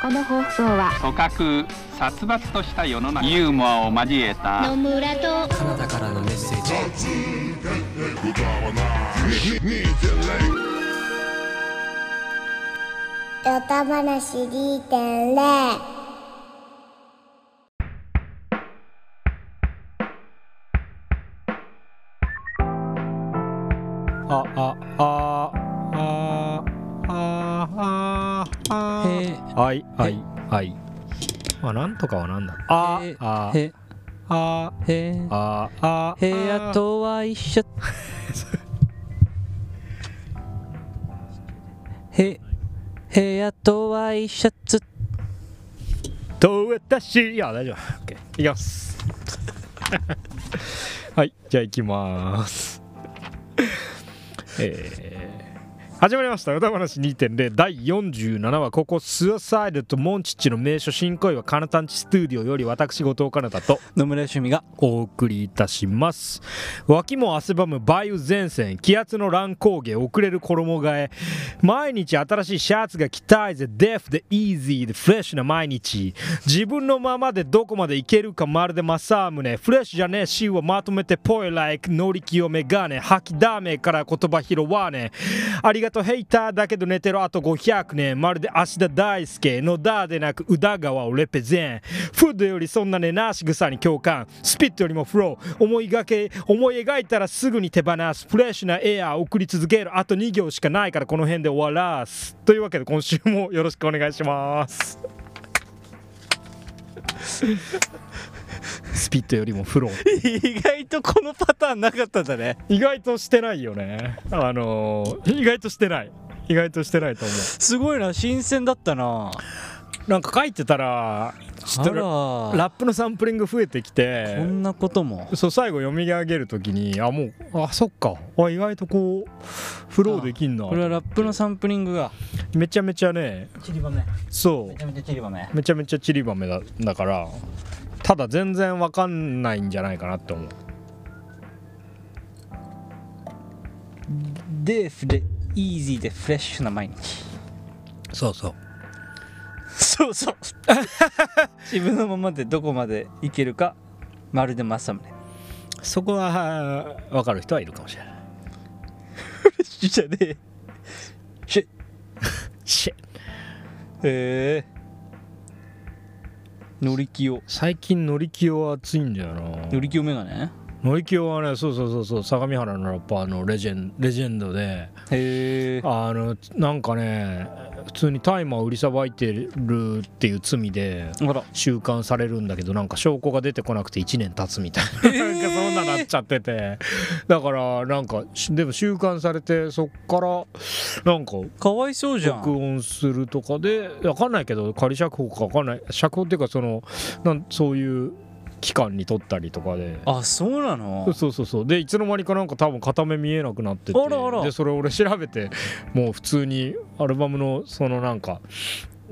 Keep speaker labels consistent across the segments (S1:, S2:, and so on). S1: この放送は
S2: 組閣殺伐とした世の中ユーモアを交えた
S3: 野村と
S4: カナダからのメッセージ
S5: ヨタ話2.0
S6: あああああああ
S4: へえ
S6: あはいはいはいまあなんとかはなんだあ
S4: へ
S6: あ
S4: へ
S6: あ
S4: へ
S6: ああ
S4: へやとは一緒へ部屋とワイシャツ
S6: と私いや大丈夫オッケーいきます はいじゃあいきまーすえー始まりました歌話2.0第47話ここスーサイドとモンチッチの名所新恋はカナタンチスタジオより私後藤かなたと
S4: 野村趣味が
S6: お送りいたします脇も汗ばむ梅雨前線気圧の乱高下遅れる衣替え毎日新しいシャツが着たいぜデフでイージーでフレッシュな毎日自分のままでどこまでいけるかまるで正宗フレッシュじゃねえしはまとめてポイライク乗り気をメガネ吐きだめから言葉拾わねえありがとうヘイターだけど寝てるあと500年まるで芦田大輔のだでなく宇田川をレペゼンフードよりそんなねなし草に共感スピットよりもフロー思いがけ思い描いたらすぐに手放すフレッシュなエアーを送り続けるあと2行しかないからこの辺で終わらすというわけで今週もよろしくお願いします スピットよりもフロー
S4: 意外とこのパターンなかったんだね
S6: 意外としてないよねあのー意外としてない意外としてないと思
S4: すごいな新鮮だったな
S6: うなんか書いてたらちょっ
S4: あ
S6: と
S4: ら
S6: ララップのサンプリング増えてきて
S4: こんなことも
S6: そう最後読み上げるときにあもうあそっかあ意外とこうフローできんな
S4: これはラップのサンプリングが
S6: めちゃめちゃね
S4: ちりばめ
S6: そ
S4: ゃめちゃちりばめ
S6: うめちゃめちゃちりばめだだからただ全然わかんないんじゃないかなって思う
S4: でフレイージーでフレッシュな毎日
S6: そうそう
S4: そうそう 自分のままでどこまでいけるかまるで正宗
S6: そこはわかる人はいるかもしれない
S4: じゃねえシュッ
S6: シェ
S4: へえ乗り気を
S6: 最近乗り気は熱いんだよな
S4: 乗り気をメガネ
S6: 乗り気はねそうそうそうそう相模原のラッパーのレジェンレジェンドで
S4: へえ
S6: あのなんかね普通に大麻を売りさばいてるっていう罪で
S4: あら
S6: 収監されるんだけどなんか証拠が出てこなくて1年経つみたいな,、なんかそんななっちゃっててだからなんかしでも収監されてそっからなんか
S4: かわいそうじゃ
S6: 録
S4: ん
S6: 音するとかで分かんないけど仮釈放か分かんない釈放っていうかそのなんそういう期間に取ったりとかで。
S4: あそうなの
S6: そうそうそうそうでいつの間にかなんか多分片目見えなくなってて
S4: あらあら
S6: でそれ俺調べてもう普通にアルバムのそのなんか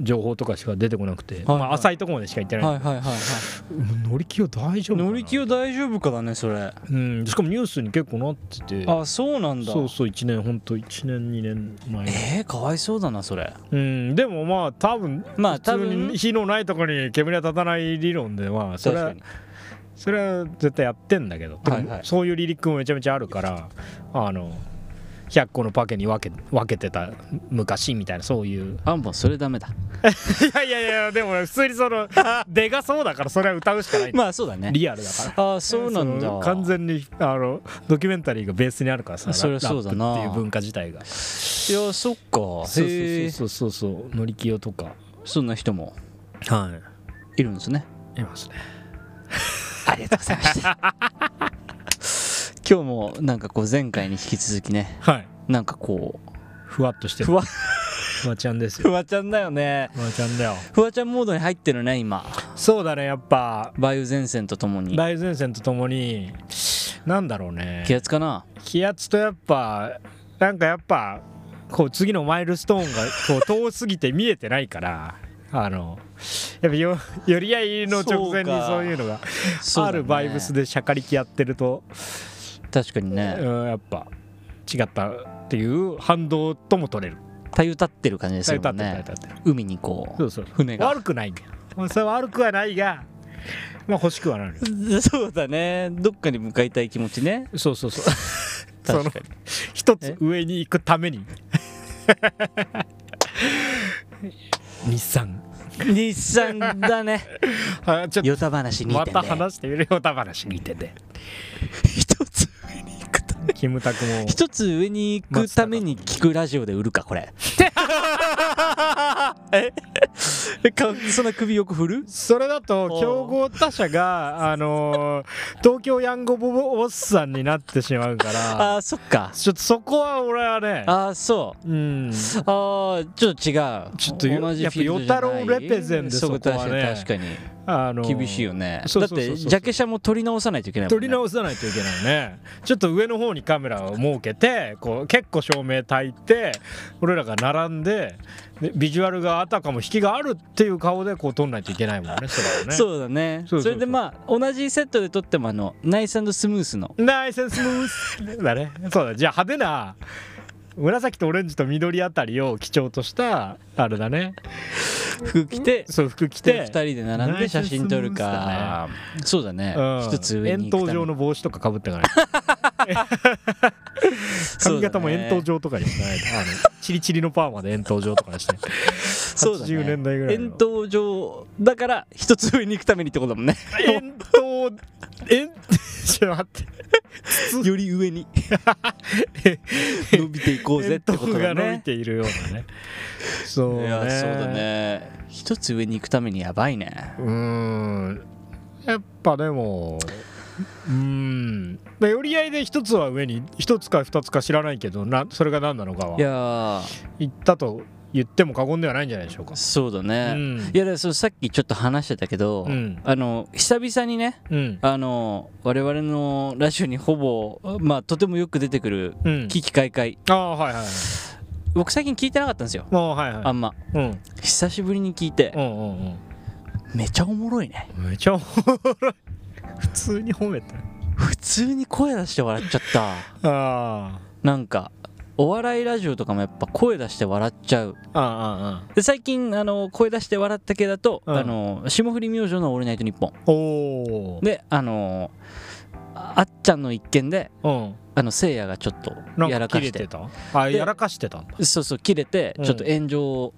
S6: 情報とかしか出てこなく
S4: は
S6: て、
S4: い
S6: まあ、浅いとこまでしか行ってない、
S4: はいはいはいはい
S6: 乗り気は大丈夫かな
S4: 乗り気を大丈夫かだねそれ
S6: うんしかもニュースに結構なってて
S4: あそうなんだ
S6: そうそう1年ほんと1年2年前に
S4: えー、かわいそうだなそれ
S6: うんでもまあ多分
S4: まあ
S6: 普
S4: 多
S6: 通
S4: 分
S6: に火のないとこに煙は立たない理論でまあそ
S4: 確
S6: れは
S4: かに
S6: それは絶対やってんだけど、
S4: はいはい
S6: そういうリリックもめちゃめちゃあるからあの100個のパケに分け分けてた昔みたいなそういう
S4: あもうそれダメだ
S6: いやいやいやでも普通にそ の出がそうだからそれは歌うしかない、
S4: まあそうだね
S6: リアルだから
S4: あそうなんだ
S6: の完全にあのドキュメンタリーがベースにあるからさ
S4: そりゃそうだな
S6: ラップっていう文化自体
S4: い
S6: が
S4: やそっか
S6: そう
S4: へえ
S6: そうそうそうそう乗り気をとか
S4: そんな人も
S6: はい
S4: るんですね
S6: いいますね
S4: ありがとうございました今日もなんかこう前回に引き続きね
S6: はい
S4: なんかこう
S6: ふわっとしてる
S4: ふわ
S6: ふわちゃん ですよ
S4: フワちゃんだよね
S6: ふわちゃんだよ
S4: フワちゃんモードに入ってるね今
S6: そうだねやっぱ
S4: 梅雨前線とともに
S6: 梅雨前線とともになんだろうね
S4: 気圧かな
S6: 気圧とやっぱなんかやっぱこう次のマイルストーンがこう遠すぎて見えてないからあのやっぱよ寄り合いの直前に
S4: そうか
S6: そういうのが
S4: そうだ
S6: あ
S4: ね
S6: るバイブスでシャカリキやってると、
S4: 確かにね
S6: うんやっぱ違ったっていう反動とも取れる
S4: たゆたってる感じですよ
S6: 歌
S4: ね
S6: って歌って
S4: 海にこう
S6: そうそう
S4: 船が
S6: 悪くないんだよそれは悪くはないがまあ欲しくはなる
S4: そうだねどっかに向かいたい気持ちね
S6: そうそうそう その
S4: 確かに
S6: 一つ
S4: え
S6: 上に行く ために日産
S4: 日産だね
S6: あちょっ と
S4: ヨタ話に
S6: また話してみるよた話似てて
S4: 一つ上に行くために
S6: キムタクも
S4: 一つ上に行くために聞くラジオで売るかこれ え かそんな首よく振る
S6: それだと競合他社があのー東京ヤングボボおっさんになってしまうから
S4: あーそっか
S6: ちょっとそこは俺はね
S4: あーそう
S6: うん
S4: ああちょっと違う
S6: ちょっとよ
S4: 同じ
S6: やっぱ
S4: フィールドじゃない
S6: 与太郎レペゼンでそこはね
S4: そう確かに確かに
S6: あのー
S4: 厳しいよね
S6: そ
S4: だ
S6: う
S4: っ
S6: そうそうそう
S4: てジャケ写も撮り直さないといけないもん、ね、
S6: 取り直さないといけないねちょっと上の方にカメラを設けてこう結構照明焚いて俺らが並んででビジュアルがあたかも引きがあるっていう顔でこう撮んないといけないもんねそれはね
S4: そうだね
S6: そうそうそう
S4: れでまあ同じセットで撮ってもあのナイススムースの
S6: ナイススムースだねそうだじゃあ派手な紫とオレンジと緑あたりを基調としたあれだね
S4: 服着て
S6: そう服着
S4: で
S6: て
S4: 2人で並んで写真撮るかそうだね
S6: うん
S4: 一つ上に
S6: 円
S4: 行く
S6: 筒
S4: ため
S6: 状の帽子とかかぶってから 髪型も円筒状とかにしてないとあのチリチリのパーマで円筒状とかにして
S4: そうだね
S6: 80年代ぐらいの
S4: 円筒状だから一つ上に行くためにってことだもんね
S6: 円筒円 ちょっと待って
S4: より上 に伸びていこうぜっ
S6: 円
S4: て
S6: 筒
S4: ことだ
S6: が伸び
S4: ね
S6: ているようなねそう
S4: い
S6: ね
S4: やそうだね一つ上に行くためにやばいね
S6: うーんやっぱでもうーんで寄り合いで一つは上に一つか二つか知らないけどなそれが何なのかはい
S4: や
S6: 言ったと言っても過言ではないんじゃないでしょうか
S4: そうだね、
S6: うん
S4: いやだからそのさっきちょっと話してたけど、
S6: うん
S4: あの久々にね
S6: うん
S4: あの我々のラジオにほぼまあとてもよく出てくる
S6: うん
S4: 「危機開会
S6: ああはいはい」
S4: 僕最近聞いてなかったんですよ
S6: もうはいは
S4: あ
S6: い
S4: んま
S6: うん
S4: 久しぶりに聞いて
S6: うんうん
S4: めちゃおもろいね
S6: うんめちゃおもろい普通に褒めた
S4: 普通に声出して笑っちゃった
S6: あ
S4: なんかお笑いラジオとかもやっぱ声出して笑っちゃう
S6: ああああ
S4: で最近あの声出して笑った系だと、
S6: うん
S4: あの霜降り明星の「オールナイトニッポン
S6: おお」
S4: であのああっちゃんの一件で
S6: うん
S4: あのせいやがちょっとや
S6: なん
S4: ら
S6: か
S4: か
S6: 切
S4: し
S6: れ
S4: て
S6: てたあやらかしてたんだ
S4: そうそう切れて
S6: うん
S4: ちょっと炎上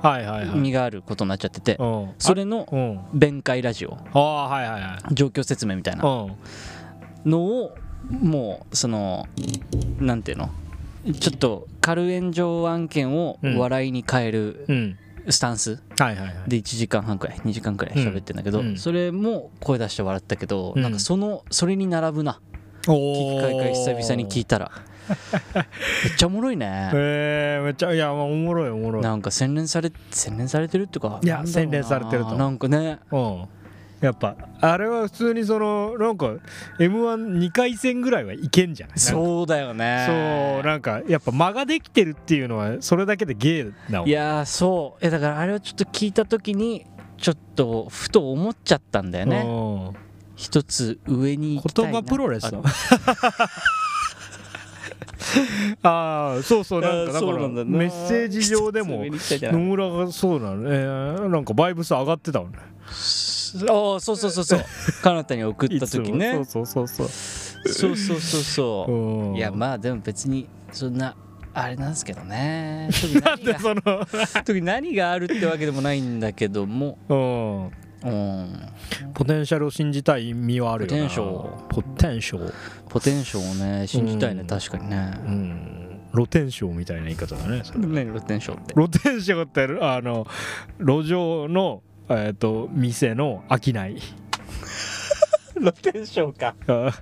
S6: はいはいはい
S4: 味があることになっちゃってて、
S6: うん
S4: それの
S6: うん
S4: 弁解ラジオ
S6: ああはいはいはい
S4: 状況説明みたいな
S6: うん
S4: のをもうそのなんていうのちょっと軽炎上案件を
S6: うん
S4: 笑いに変える
S6: うん
S4: スタンス
S6: はいはいはい
S4: で1時間半くらい2時間くらい喋ってんだけど、
S6: うんうん
S4: それも声出して笑ったけど、
S6: うん
S4: なんかそのそれに並ぶな
S6: お
S4: 聞
S6: お
S4: き会会久々に聞い たらめっちゃおもろいね
S6: えー、めっちゃいやおもろいおもろい
S4: なんか洗練され洗練されてるっていうか
S6: いや
S4: なんだろうな
S6: 洗練されてると
S4: なんかね
S6: うんやっぱあれは普通にそのなんか m 1 2回戦ぐらいはいけんじゃないなんか
S4: そうだよね
S6: そうなんかやっぱ間ができてるっていうのはそれだけで芸なわ
S4: いやーそうえだからあれをちょっと聞いた時にちょっとふと思っちゃったんだよね
S6: ね
S4: 一つ上に行きたい
S6: 言
S4: な
S6: 葉プロレスだ
S4: あ
S6: ああそうそうなんかだか
S4: そう
S6: ら
S4: なんだな
S6: メッセージ上でも
S4: 一つ上に行きたいじゃ
S6: 野
S4: ない
S6: 村がそうなのねえーなんかバイブス上がってたもんね
S4: ああそうそうそうそう彼方に送った時
S6: い
S4: ね
S6: つもそうそうそうそ
S4: そうそうそう
S6: う
S4: そううんいやまあでも別にそんなあれなんですけどね
S6: なんでその
S4: 特に何があるってわけでもないんだけども
S6: うん
S4: うん
S6: ポテンシャルを信じたい身はあるよな
S4: ポテンシャ
S6: ポテンシャル
S4: ポテンシャルをね信じたいね
S6: うん
S4: 確かにね
S6: うん露天商みたいな言い方だねそれ
S4: 何ポテンシャルって
S6: 露天商ってあの路上のえっ、と店の 商い
S4: 露天商か
S6: あ
S4: あ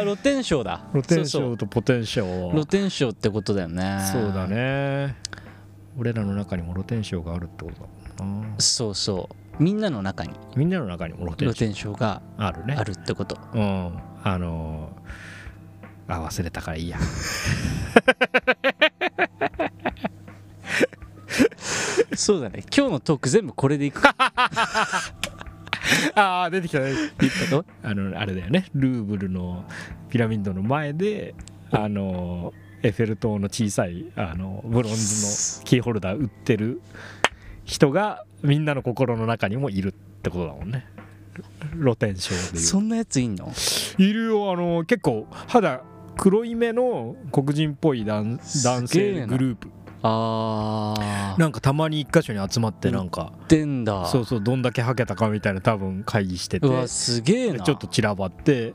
S4: あ露天商だ
S6: 露天
S4: そうそう
S6: 商とポテンシャル
S4: 露天商ってことだよね
S6: そうだね俺らの中にも露天商があるってことだもんな
S4: そうそうみんなの中に
S6: みんなの中にも露天
S4: 露
S6: 商
S4: 天商が
S6: あるね
S4: あるってこと
S6: うんあのー、あ忘れたからいいや
S4: そうだね今日のトーク全部これでいく か
S6: ああ出てきた出てきた
S4: 言ったと
S6: あのあれだよねルーブルのピラミッドの前であのエッフェル塔の小さいあのブロンズのキーホルダー売ってる人がみんなの心の中にもいるってことだもんね露天商でいう
S4: そんなやついんの
S6: いるよあの結構肌黒い目の黒人っぽい男男
S4: すげえな
S6: 性グループ
S4: ああ
S6: なんかたまに一箇所に集まってなんか
S4: ってんだ
S6: そうそうどんだけはけたかみたいな多分会議してて
S4: うわすげえな
S6: ちょっと散らばって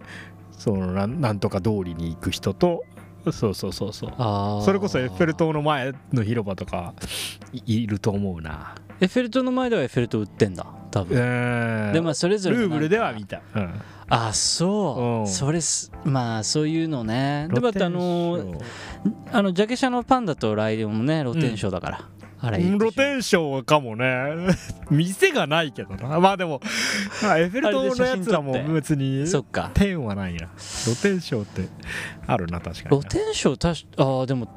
S6: そのなんなんとか通りに行く人とそうそうそうそう
S4: あー
S6: それこそエッフェル塔の前の広場とかいいると思うな
S4: エッフェル塔の前ではエッフェル塔売ってんだ多分、
S6: で
S4: でまあそれぞれ
S6: ルーブルでは見
S4: 見
S6: た、うん、
S4: あそう、
S6: うん
S4: それすまあそういうのねでまたあの
S6: 露天
S4: あのジャケシャのパンダとライオンもね露天商だから、あれいいでし
S6: 商
S4: ょ
S6: 露天商かもね 店がないけどなまあでもまあエッフェル塔のやつらも
S4: あれで写真撮って
S6: 別に
S4: そっか
S6: 天はないな露天商ってあるな確か
S4: 露
S6: にな
S4: 天商たしああでも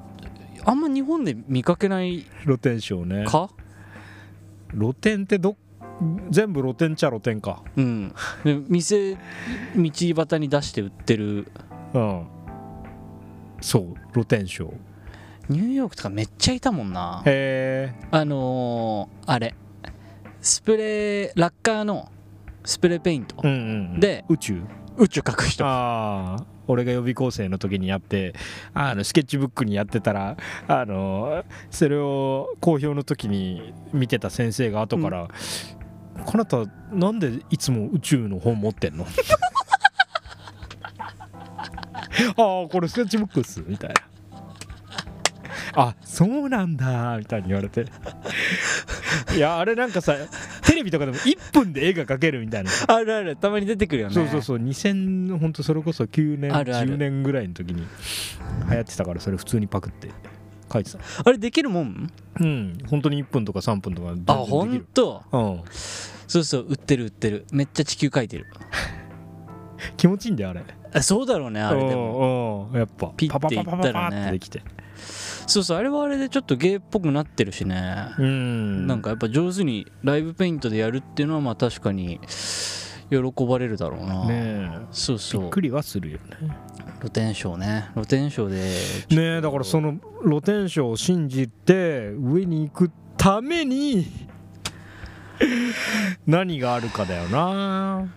S4: あんま日本で見かけない
S6: 露天商ね
S4: か
S6: 露天ってど全部露天っちゃ露天か
S4: うんで店道端に出して売ってる
S6: うんそう露天商
S4: ニューヨークとかめっちゃいたもんな
S6: へえ
S4: あのー、あれスプレーラッカーのスプレーペイント、
S6: うんうんうん
S4: で
S6: 宇宙
S4: 宇宙書く人
S6: ああ俺が予備校生の時にやってあのスケッチブックにやってたらあのそれを公表の時に見てた先生が後から「こなたなんでいつも宇宙の本持ってんの? 」ああこれスケッチブックっすみたいな。あそうなんだみたいに言われていやあれなんかさテレビとかでも1分で絵が描けるみたいな
S4: あるあるたまに出てくるよね
S6: そうそうそう2000本当それこそ9年
S4: あるある
S6: 10年ぐらいの時に流行ってたからそれ普通にパクって書いてた
S4: あれできるもん
S6: うん本当に1分とか3分とか全
S4: あ
S6: 然できる
S4: ほんと
S6: うん
S4: そうそう売ってる売ってるめっちゃ地球書いてる
S6: 気持ちいいんだよあれ
S4: あそうだろうねあれでも
S6: もやっぱ
S4: ピッていったらね
S6: パパパパパパってできて
S4: そうそうあれはあれでちょっと芸っぽくなってるしね、
S6: うん
S4: なんかやっぱ上手にライブペイントでやるっていうのはまあ確かに喜ばれるだろうな、
S6: ねえ
S4: そうそ
S6: びっ
S4: う
S6: くりはするよね
S4: 露天商ね露天商で
S6: ねえだからその露天商を信じて上に行くた めに何があるかだよな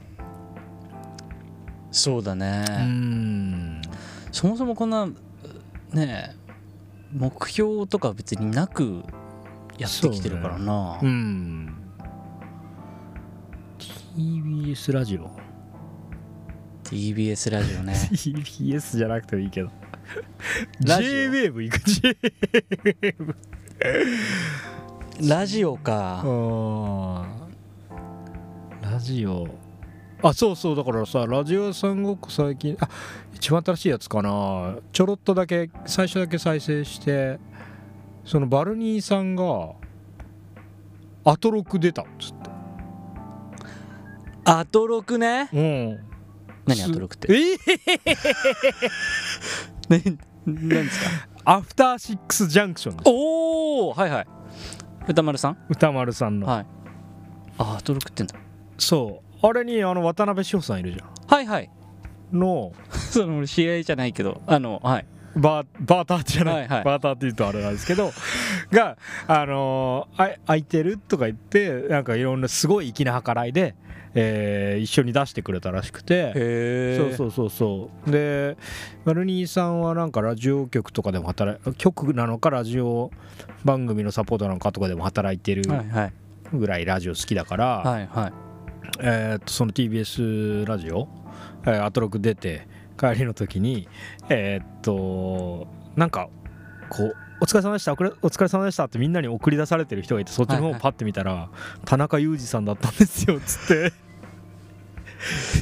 S4: そうだね、
S6: うん
S4: そもそもこんなねえ目標とか別になくやってきてるからな、
S6: うん TBS ラジオ
S4: TBS ラジオね
S6: TBS じゃなくてもいい けど
S4: ラジオ
S6: JWAVE 行く J
S4: ラジオか、
S6: ラジオあそうそうだからさラジオ屋さんごっこ最近あ一番新しいやつかなちょろっとだけ最初だけ再生してそのバルニーさんがアトロク出たっつって
S4: アトロクね
S6: うん
S4: 何
S6: す
S4: アトロクって
S6: えー
S4: 何何ですか
S6: アフターシックスジャンクションです
S4: おおはいはい歌丸さん
S6: 歌丸さんの、
S4: はいあアトロクってんだ
S6: そうあれにあの渡辺志保さんいるじゃ
S4: はいはい
S6: んの
S4: その俺知り合いじゃないけどあのはい
S6: バーバーターじゃない、
S4: はいはい
S6: バーターって言うとあれなんですけどがあのーあ空いてるとか言ってなんかいろんなすごい粋な計らいで、えー一緒に出してくれたらしくて
S4: へ
S6: そうそうそうそうでマルニーさんはなんかラジオ局とかでも働い局なのかラジオ番組のサポートなのかとかでも働いてる
S4: はいはい
S6: ぐらいラジオ好きだから、
S4: はいはい
S6: えーっとその TBS ラジオ、えーアトロク出て帰りの時にえーっとなんかこう「お疲れ様でしたおくれお疲れ様でした」ってみんなに送り出されてる人がいてそっちの
S4: は
S6: 方
S4: い
S6: を
S4: はい
S6: パッて見たら、田中裕二さんだったんですよっつ って、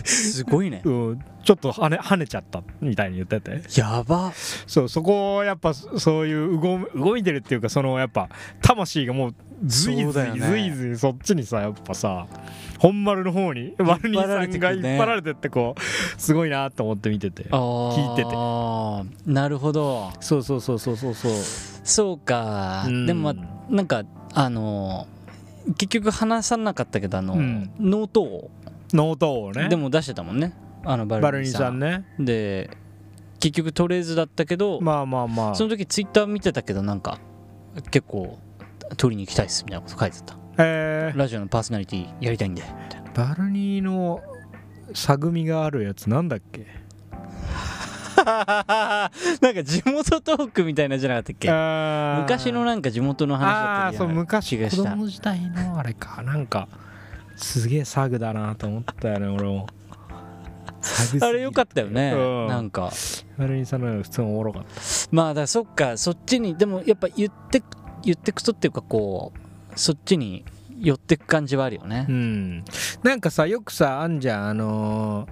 S4: すごい ね
S6: うん、ちょっと跳ね跳ねちゃったみたいに言ってて
S4: やば
S6: そうそこをやっぱそういううご動いてるっていうかそのやっぱ魂がもうずいず
S4: そうだよ
S6: い
S4: ね
S6: ずいずいそっちにさやっぱさ本丸の方に丸にさんが
S4: られて
S6: 引っ
S4: くね
S6: 張られてってこうすごいなと思って見てて聞いてて
S4: ててなるほど
S6: そうそうそうそうそうそう
S4: そうか、
S6: うん
S4: でもまあなんかあのー結局話さなかったけどあの、
S6: うん
S4: ノートを
S6: ノートをね
S4: でも出してたもんねあのバ
S6: バ
S4: ル
S6: ル
S4: ニ
S6: ニ
S4: ー
S6: ー
S4: さ
S6: さ
S4: ん
S6: んね
S4: で結局取れずだったけど、
S6: まあまあまあ
S4: その時ツイッター見てたけどなんか結構取りに行きたいっすみたいなこと書いてた
S6: えー
S4: ラジオのパーソナリティやりたいんでみたいな
S6: バルニーのさぐみがあるやつなんだっけ
S4: なんか地元トークみたいなじゃなかったっけ昔
S6: 昔
S4: のなんか地元の話だ
S6: あ
S4: っ
S6: あ
S4: た
S6: そう昔
S4: 気が
S6: 子
S4: した
S6: 供時代のあれかなんかすげえサグだなと思ったよね俺もサグすぎる
S4: あれよかったよね、
S6: うん
S4: なんか
S6: バルニーさんの方が普通におもろかった
S4: まあだからそっかそっちにでもやっぱ言って言ってくとっていうかこうそっちに寄ってく感じはあるよね
S6: う、んなんかさよくさあんじゃんあのー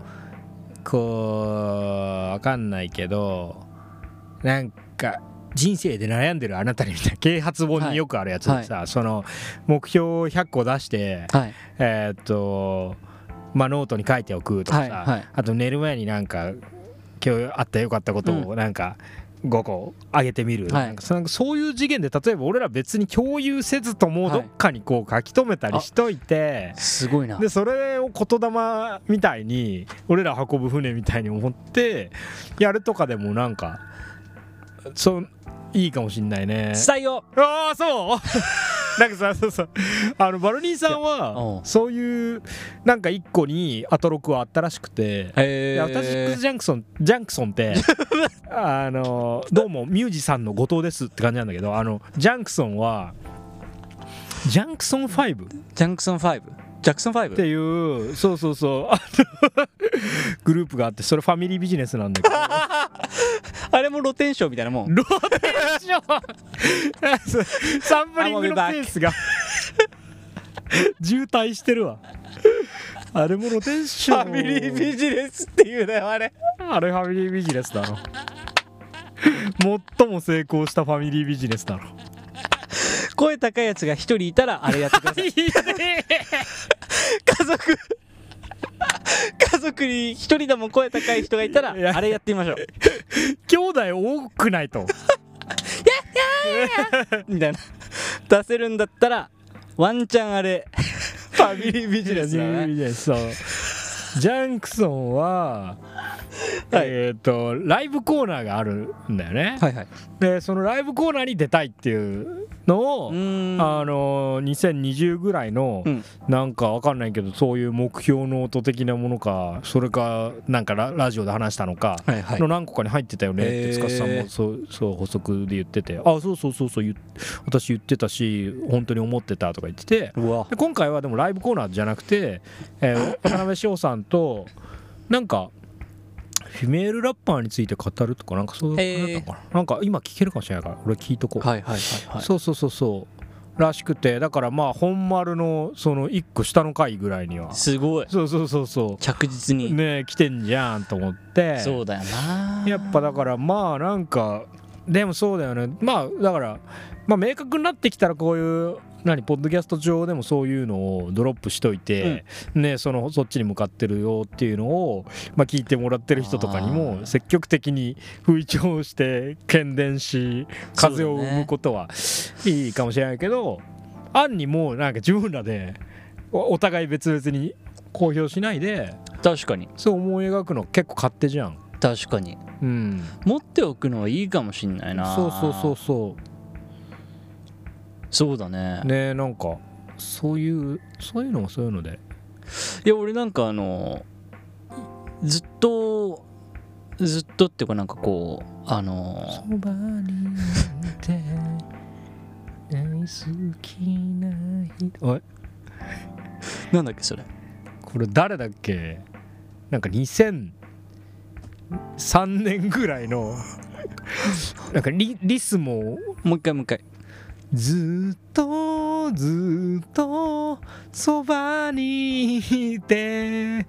S6: こうわかんないけどなんか人生で悩んでるあなたにみたいな啓発本によくあるやつでさ、その目標を100個出して
S4: はい
S6: えーっとまあノートに書いておくとかさ、
S4: はいはい
S6: あと寝る前になんか今日あったよかったことをなんか5個上げてみる、
S4: はい
S6: なんかそのそういう次元で例えば俺ら別に共有せずとも
S4: はい
S6: どっかにこう書き留めたりしといて、
S4: すごいな
S6: でそれを言霊みたいに俺ら運ぶ船みたいに思ってやるとかでもなんかそういいかもしんないね。
S4: 伝えよ
S6: ああそう なんかさそうそうあのバルニーさん
S4: お
S6: は
S4: う
S6: そういうなんか一個にアトロクはあったらしくて、
S4: う
S6: い
S4: へ
S6: や私シックスジャンクソンジャンクソンって あのどうもミュージさんの後藤ですって感じなんだけどあのジャンクソンはジャンクソン5っ
S4: ジャンクソン5ジャクソン 5?
S6: ていうそうそうそうあのグループがあってそれファミリービジネスなんだけど
S4: あれも露天商みたいなもん
S6: ローテーション サンプリングのペースが渋滞してるわあれもローテーシ
S4: フ
S6: ョン
S4: ァミリービジネスっていうねあれ
S6: あれファミリービジネスだろ最も成功したファミリービジネス だろ
S4: 声高いやつが一人いたらあれやってください家族 家族に一人でも声高い人がいたら
S6: いや
S4: あれやってみましょう
S6: 兄弟多くな いと
S4: みたいな出せるんだったらワンチャンあれファミリービジネスだね
S6: いやそうジャンクソンは、
S4: はい
S6: えっ、とライブコーナーがあるんだよね、
S4: はいはい
S6: でそのライブコーナーに出たいっていうのを、
S4: うーん
S6: あの2020ぐらいの、
S4: うん
S6: なんかわかんないけどそういう目標の音的なものかそれかなんかララジオで話したのか、
S4: はいはい
S6: の何個かに入ってたよねって
S4: へー
S6: 塚地さんもそうそう補足で言ってて「あそうそうそうそう言っ私言ってたし本当に思ってた」とか言ってて
S4: うわ
S6: で今回はでもライブコーナーじゃなくて、えー渡辺翔さんとなんかフィメールラッパーについて語るとかなんかそういうのだったのかななんか今聞けるかもしれないから俺聞いとこう、
S4: はいはいはいはい
S6: そうそうそうそうらしくてだからまあ本丸のその1個下の回ぐらいには
S4: すごい
S6: そうそうそうそ
S4: 着実
S6: う
S4: に、
S6: ねえ来てんじゃんと思って
S4: そうだよな
S6: やっぱだからまあなんかでもそうだよねまあだから、まあ、明確になってきたらこういう何ポッドキャスト上でもそういうのをドロップしといて、ね、そのそっちに向かってるよっていうのを、まあ、聞いてもらってる人とかに
S4: あ
S6: も
S4: ー
S6: 積極的に吹聴して喧伝し風を生むことは、いいかもしれないけど案にもうなんか自分らでおお互い別々に公表しないで
S4: 確かに
S6: そう思い描くの結構勝手じゃん。
S4: 確かに
S6: うん
S4: 持っておくのはいいかもしんないな
S6: そうそうそうそ
S4: そうだね
S6: うねなんかそういうそういうのもそういうので
S4: いや俺なんかあのずっとずっとっていうかなんかこうあの
S6: そばにいて大好きな人おい
S4: なんだっけそれ
S6: これ誰だっけなんか2003年ぐらい のなんかリリスも
S4: もう一回もう一回
S6: ずっとずっとそばにいて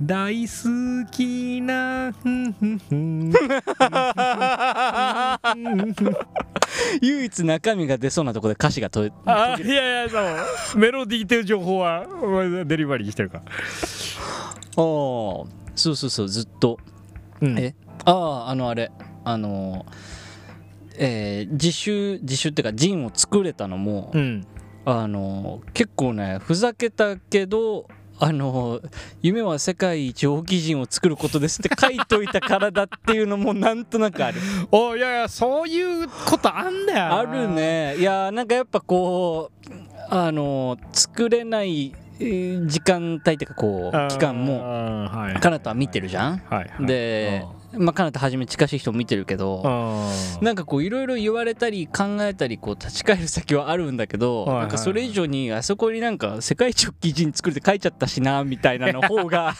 S6: 大好きなふんふんふん
S4: 唯一中身が出そうなとこで歌詞がと
S6: あいやいやそうメロディーという情報はお前デリバリーしてるから、
S4: おーそうそうそうずっと
S6: うん
S4: えあああのあれあのえー自習自習っていうかジンを作れたのも、
S6: うん
S4: あの結構ねふざけたけどあの夢は世界一大きい人を作ることですって書いといた体っていうのもなんとなくある
S6: おいやいやそういうことあんだよな
S4: あるねいやなんかやっぱこうあの作れないえー時間帯っていうかこ
S6: あー
S4: う期間も
S6: はい
S4: かなたは見てるじゃん、
S6: はいはい
S4: でまあかなたはじめ近しい人も見てるけど、
S6: あー
S4: なんかこういろいろ言われたり考えたりこう立ち返る先はあるんだけど、
S6: はいはい
S4: なんかそれ以上にあそこになんか世界一大きい人作るって書いちゃったしなみたいなの方 が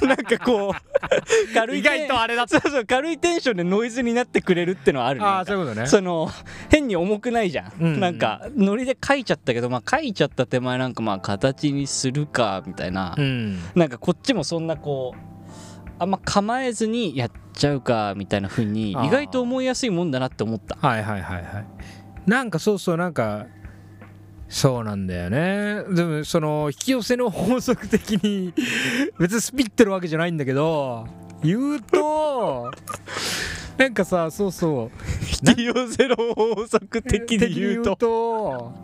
S4: なんかこう軽い
S6: 意
S4: テン
S6: 外とあれだった
S4: そうそう軽いテンションでノイズになってくれるってのはあるね
S6: あーそういうことね
S4: その変に重くないじゃん、
S6: うんうん
S4: なんかノリで書いちゃったけどまあ書いちゃった手前なんかまあ形にするかみたいな、
S6: うん
S4: なんかこっちもそんなこうあんま構えずにやっちゃうかみたいな風に意
S6: あー
S4: 外と思いやすいもんだなって思 った
S6: はいはいはいはいなんかそうそうなんかそうなんだよねでもその引き寄せの法則的に 別にスピってるわけじゃないんだけど言うとなんかさそうそう
S4: 引き寄せの法則的に言うと
S6: と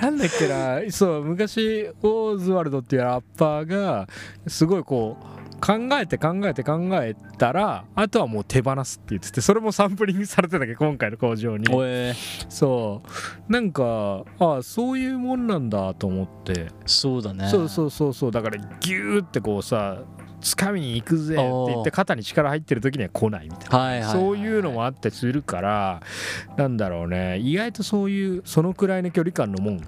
S6: なんだっけなそう昔オーズワルドっていうラッパーがすごいこう考えて考えて考えたらあとはもう手放すって言っててそれもサンプリングされてたっけど今回の工場に
S4: おえ
S6: そうなんかああそういうもんなんだと思って
S4: そうだね
S6: そうそうそうそうだからギューってこうさ掴みに行くぜって言って肩に力入ってる時には来ないみたいな。
S4: はいはいはい
S6: そういうのもあったりするからなんだろうね意外とそういうそのくらいの距離感のもん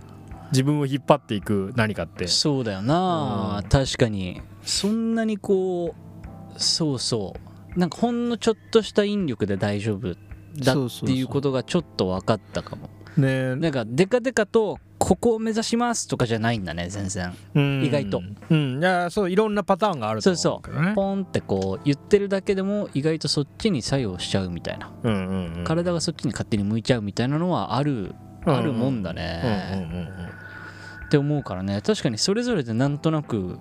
S6: 自分を引っ張っていく何かって
S4: そうだよな、
S6: うん
S4: 確かにそんなにこうそうそうなんかほんのちょっとした引力で大丈夫だ
S6: そうそう
S4: っ
S6: そう
S4: ていうことがちょっと分かったかも
S6: ね
S4: なんかデカデカとここを目指しますとかじゃないんだね全然
S6: うん
S4: 意外と
S6: うんいやそういろんなパターンがあると
S4: そう
S6: 思
S4: そう
S6: けどね
S4: うポンってこう言ってるだけでも意外とそっちに作用しちゃうみたいな、
S6: うんうんうん
S4: 体がそっちに勝手に向いちゃうみたいなのはある、あるもんだ
S6: うんうん
S4: ね、
S6: うんうん
S4: って思うからね確かにそれぞれでなんとなく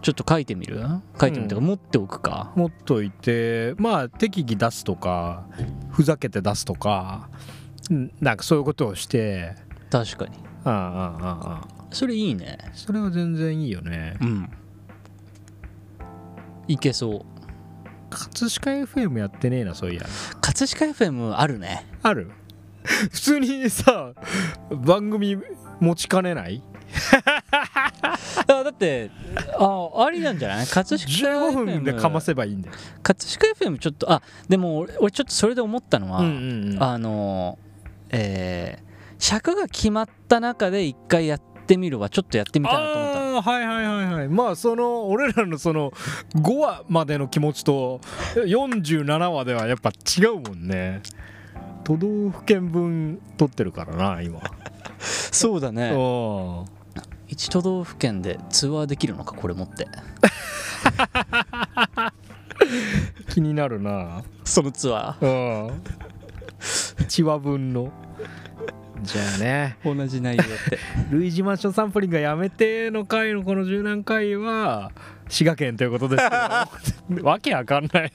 S4: ちょっと書いてみる書いてみて、
S6: う
S4: 持っておくか
S6: 持っといてまあ適宜出すとかふざけて出すとかうんなんかそういうことをして
S4: 確かに
S6: ああああああ
S4: それいいね
S6: それは全然いいよね
S4: うんいけそう
S6: 葛飾 FM やってねえなそういや
S4: 葛飾 FM あるね
S6: ある普通にさ番組持ちかねない
S4: あだってあありなんじゃない葛飾 FM
S6: 15分でかませばいいんだよ、
S4: 葛飾 FM ちょっとあでも俺俺ちょっとそれで思ったのは、
S6: うんうんうん、
S4: あのえー尺が決まった中で一回やってみるはちょっとやってみたいなと思ったの
S6: あーはいはいはいはいまあその俺らのその5話までの気持ちと47話ではやっぱ違うもんね都道府県分取ってるからな今
S4: そうだね
S6: お
S4: 一都道府県でツアーできるのかこれ持って
S6: 気になるな
S4: そのツア
S6: うん1話分のじゃあね
S4: ー同じ内容って
S6: 類似マンションサンプリングがやめての回のこの柔軟回は滋賀県ということですけ どわけわかんない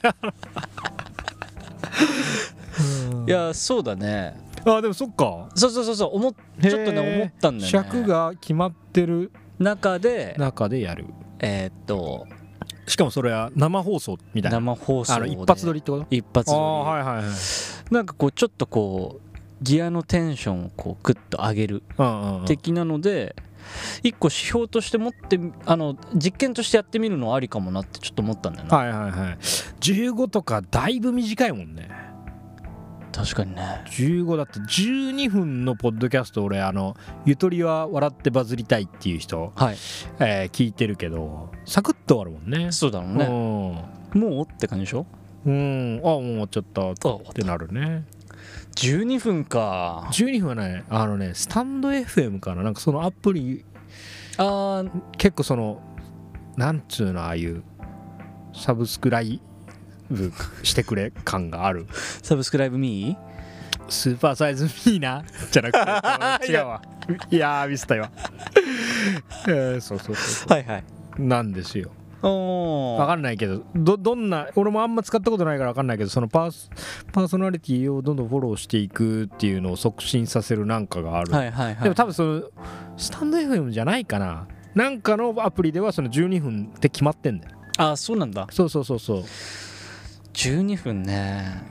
S4: いや そうだね
S6: あでもそっか
S4: そうそうそうそう思っちょっとね
S6: へー
S4: 思ったんだよね
S6: 尺が決まってる
S4: 中で
S6: 中でやる
S4: えーっと
S6: しかもそれは生放送みたいな
S4: 生放送
S6: あの
S4: で
S6: 一発撮りってこと
S4: 一発撮
S6: あ
S4: り
S6: あはいはいはい
S4: なんかこうちょっとこうギアのテンションをこうグッと上げる
S6: うんうんうん
S4: 的なので一個指標として持ってみあの実験としてやってみるのはありかもなってちょっと思ったんだよな
S6: はいはいはい15とかだいぶ短いもんね
S4: 確かにね
S6: 15だって12分のポッドキャスト俺あのゆとりは笑ってバズりたいっていう人、
S4: はい
S6: えー聞いてるけどサクッと終わるもんね
S4: そうだろうねもうって感じでしょ
S6: うん、うん、あもう終わっちゃったっ
S4: あ終わった
S6: てなるね
S4: 12分か
S6: 12分はねあのねスタンド FM かななんかそのアプリ
S4: あー
S6: 結構そのなんつうのああいうサブスクライブしてくれ感があ る
S4: サブスクライブミー
S6: スーパーサイズミーナ じゃなくて違うわいやーミスったよ、 えーそうそうそうそ
S4: はいはいう
S6: なんですよ
S4: お
S6: わ
S4: ー
S6: かんないけどどどんな俺もあんま使ったことないからわかんないけどそのパーソパーソナリティをどんどんフォローしていくっていうのを促進させるなんかがある、
S4: はいはいはい
S6: でも多分そのスタンド FM じゃないかななんかのアプリではその12分って決まってんだよ
S4: あそうなんだ
S6: そうそうそうそう
S4: 12分ね